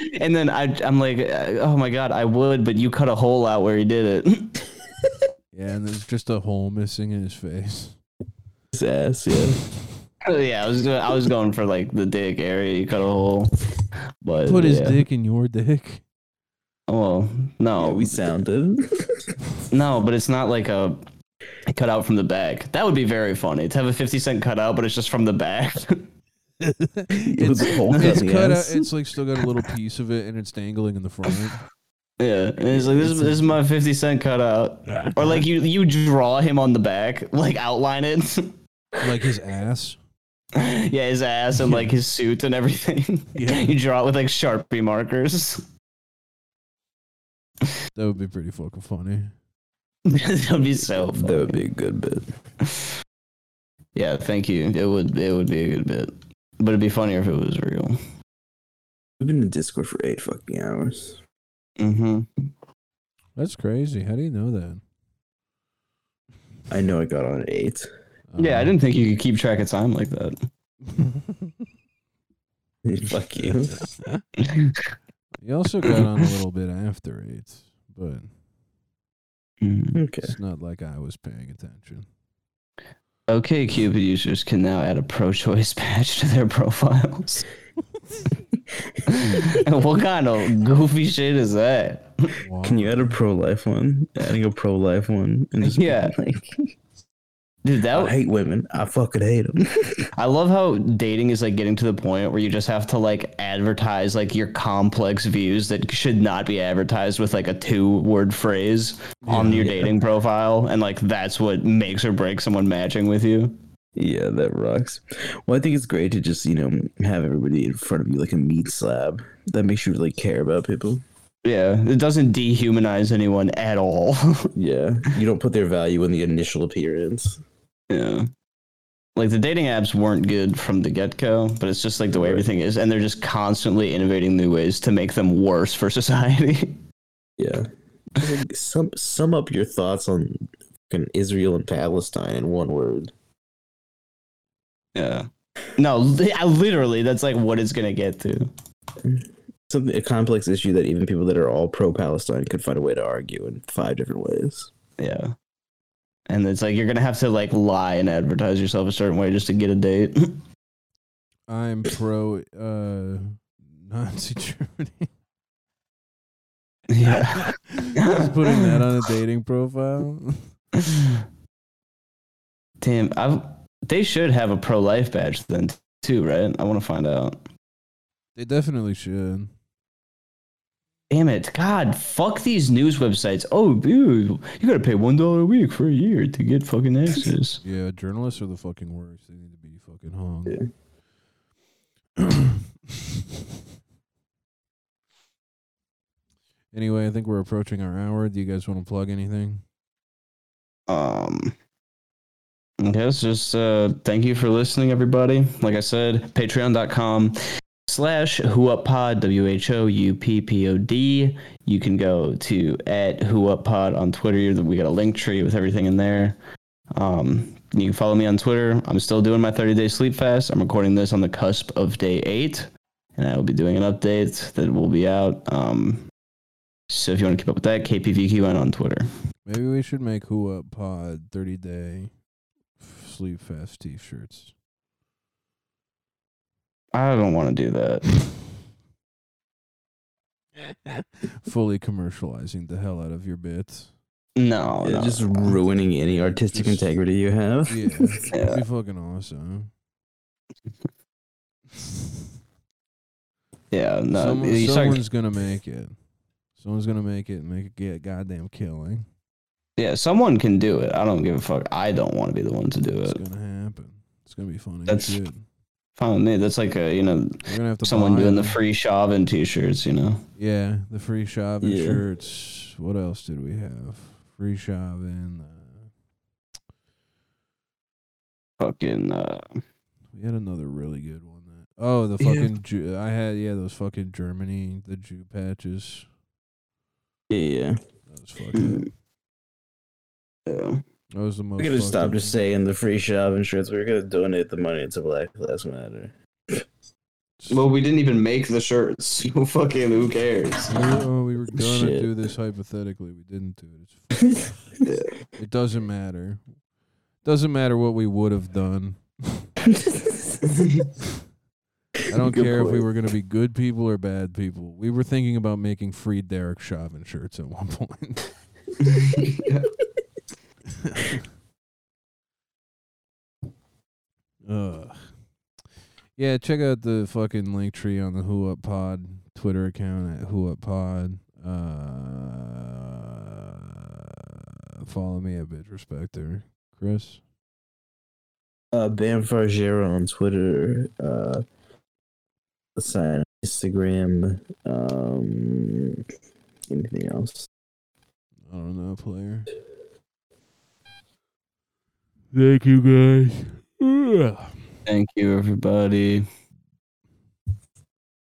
Speaker 3: And then I I'm like, uh, oh my god, I would, but you cut a hole out where he did it.
Speaker 1: Yeah, and there's just a hole missing in his face.
Speaker 2: His ass, yeah.
Speaker 3: yeah, I was go- I was going for like the dick area. You cut a hole, but
Speaker 1: Put his
Speaker 3: yeah.
Speaker 1: dick in your dick.
Speaker 3: Well,
Speaker 2: Oh,
Speaker 3: no,
Speaker 2: we sounded.
Speaker 3: no, but it's not like a. a Cut out from the back. That would be very funny to have a fifty cent cutout, but it's just from the back.
Speaker 2: It was a hole
Speaker 1: It's
Speaker 2: in the
Speaker 1: cut out.
Speaker 2: ass.
Speaker 1: It's like still got a little piece of it, and it's dangling in the front.
Speaker 3: yeah, and it's like this, is- this is my fifty cent cutout, or like you you draw him on the back, like outline it.
Speaker 1: like his ass.
Speaker 3: Yeah, his ass and like his suit and everything.
Speaker 1: Yeah.
Speaker 3: you draw it with like Sharpie markers.
Speaker 1: That would be pretty fucking funny.
Speaker 3: that would be so.
Speaker 2: That
Speaker 3: funny.
Speaker 2: would be a good bit.
Speaker 3: Yeah, thank you. It would it would be a good bit, but it'd be funnier if it was real.
Speaker 2: We've been in Discord for eight fucking hours.
Speaker 3: Mm-hmm.
Speaker 2: Uh,
Speaker 1: That's crazy. How do you know that?
Speaker 2: I know I got on at eight.
Speaker 3: Yeah, I
Speaker 1: Um,
Speaker 3: didn't think you could keep track of time like that.
Speaker 2: Fuck you.
Speaker 1: He also got on a little bit after eight, but
Speaker 2: Okay.
Speaker 1: it's not like I was paying attention.
Speaker 3: Okay, Cupid users can now add a pro-choice badge to their profiles. what kind of goofy shit is that?
Speaker 1: Wow.
Speaker 2: Can you add a pro life one? Adding a pro life one. And just
Speaker 3: Yeah.
Speaker 2: Like,
Speaker 3: Dude, that
Speaker 2: I hate women. I fucking hate them.
Speaker 3: I love how dating is like getting to the point where you just have to like advertise like your complex views that should not be advertised with like a two word phrase on
Speaker 1: Yeah.
Speaker 3: your dating profile and like that's what makes or breaks someone matching with you.
Speaker 2: Yeah, that rocks. Well, I think it's great to just, you know, have everybody in front of you like a meat slab. That makes you really care about people.
Speaker 3: Yeah, it doesn't dehumanize anyone at all.
Speaker 2: Yeah. You don't put their value in the initial appearance.
Speaker 3: yeah. Like the dating apps weren't good from the get go, but it's just like the way
Speaker 2: Right.
Speaker 3: everything is. And they're just constantly innovating new ways to make them worse for society.
Speaker 2: Yeah. Just, like, sum sum up your thoughts on fucking Israel and Palestine in one word.
Speaker 3: yeah. No, li- I- literally, that's like what it's going to get to.
Speaker 2: Something a complex issue that even people that are all pro Palestine could find a way to argue in five different ways.
Speaker 3: Yeah. And it's like you're gonna have to like lie and advertise yourself a certain way just to get a date.
Speaker 1: I'm pro uh, Nazi Germany.
Speaker 3: yeah.
Speaker 1: Just putting that on a dating profile.
Speaker 3: Damn, I they should have a pro life badge then too, right? I want to find out.
Speaker 1: They definitely should.
Speaker 3: Damn it, God, fuck these news websites. Oh, dude, you gotta pay one dollar a week for a year to get fucking access.
Speaker 1: Yeah, journalists are the fucking worst. They need to be fucking hung. anyway, I think we're approaching our hour. Do you guys want to plug anything?
Speaker 3: Um, I guess just uh, thank you for listening, everybody. Like I said, patreon.com slash whouppod, W-H-O-U-P-P-O-D. You can go to at whouppod on Twitter. We got a link tree with everything in there. Um, You can follow me on Twitter. I'm still doing my 30 day sleep fast. I'm recording this on the cusp of day eight, and I will be doing an update that will be out. Um, so if you want to keep up with that, KPVQN on Twitter.
Speaker 1: Maybe we should make Who Up Pod 30 day sleep fast t shirts.
Speaker 3: I don't want to do that.
Speaker 1: Fully commercializing the hell out of your bits.
Speaker 3: No,
Speaker 2: Yeah,
Speaker 3: no.
Speaker 2: just ruining any artistic
Speaker 1: Just-
Speaker 2: integrity you have.
Speaker 1: Yeah. That'd be fucking awesome.
Speaker 3: yeah, no.
Speaker 1: Someone-
Speaker 3: you start-
Speaker 1: someone's gonna make it. Someone's gonna make it and make it get goddamn killing.
Speaker 3: yeah, someone can do it. I don't give a fuck. I don't want to be the one to do
Speaker 1: It's
Speaker 3: it.
Speaker 1: gonna happen. It's gonna be funny
Speaker 3: That's-
Speaker 1: shit.
Speaker 3: Fine with me. That's like a you know
Speaker 1: We're gonna have to
Speaker 3: someone
Speaker 1: buy
Speaker 3: doing the
Speaker 1: them.
Speaker 3: free Chauvin t-shirts. You know.
Speaker 1: Yeah, the free Chauvin
Speaker 2: Yeah.
Speaker 1: shirts. What else did we have? Free Chauvin. Uh,
Speaker 3: fucking uh,
Speaker 1: we had another really good one. That, oh, the
Speaker 2: Yeah.
Speaker 1: fucking Jew, I had yeah those fucking Germany the Jew patches.
Speaker 2: Yeah, yeah.
Speaker 1: That was fucking.
Speaker 3: yeah.
Speaker 1: That was the most.
Speaker 2: We're gonna stop
Speaker 1: fucking-
Speaker 2: just saying the free shop insurance. We're gonna donate the money to Black Lives Matter.
Speaker 3: Well, we didn't even make the shirts. So fucking who cares?
Speaker 1: We were, oh, we were gonna
Speaker 2: Shit.
Speaker 1: do this hypothetically. We didn't do it. It's
Speaker 2: Yeah.
Speaker 1: It doesn't matter. Doesn't matter what we would have done. I don't
Speaker 2: Good
Speaker 1: care if we
Speaker 2: point.
Speaker 1: were going to be good people or bad people. We were thinking about making free Derek Chauvin shirts at one point. Ugh. Yeah, check out the fucking link tree on the Who Up Pod Twitter account at Who Up Pod. Uh, follow me at Bitch Respecter. Chris?
Speaker 2: Uh, Bam Fargera on Twitter. Uh, the sign on Instagram. Um, anything else?
Speaker 1: I don't know, player. Thank you guys.
Speaker 3: Thank you, everybody.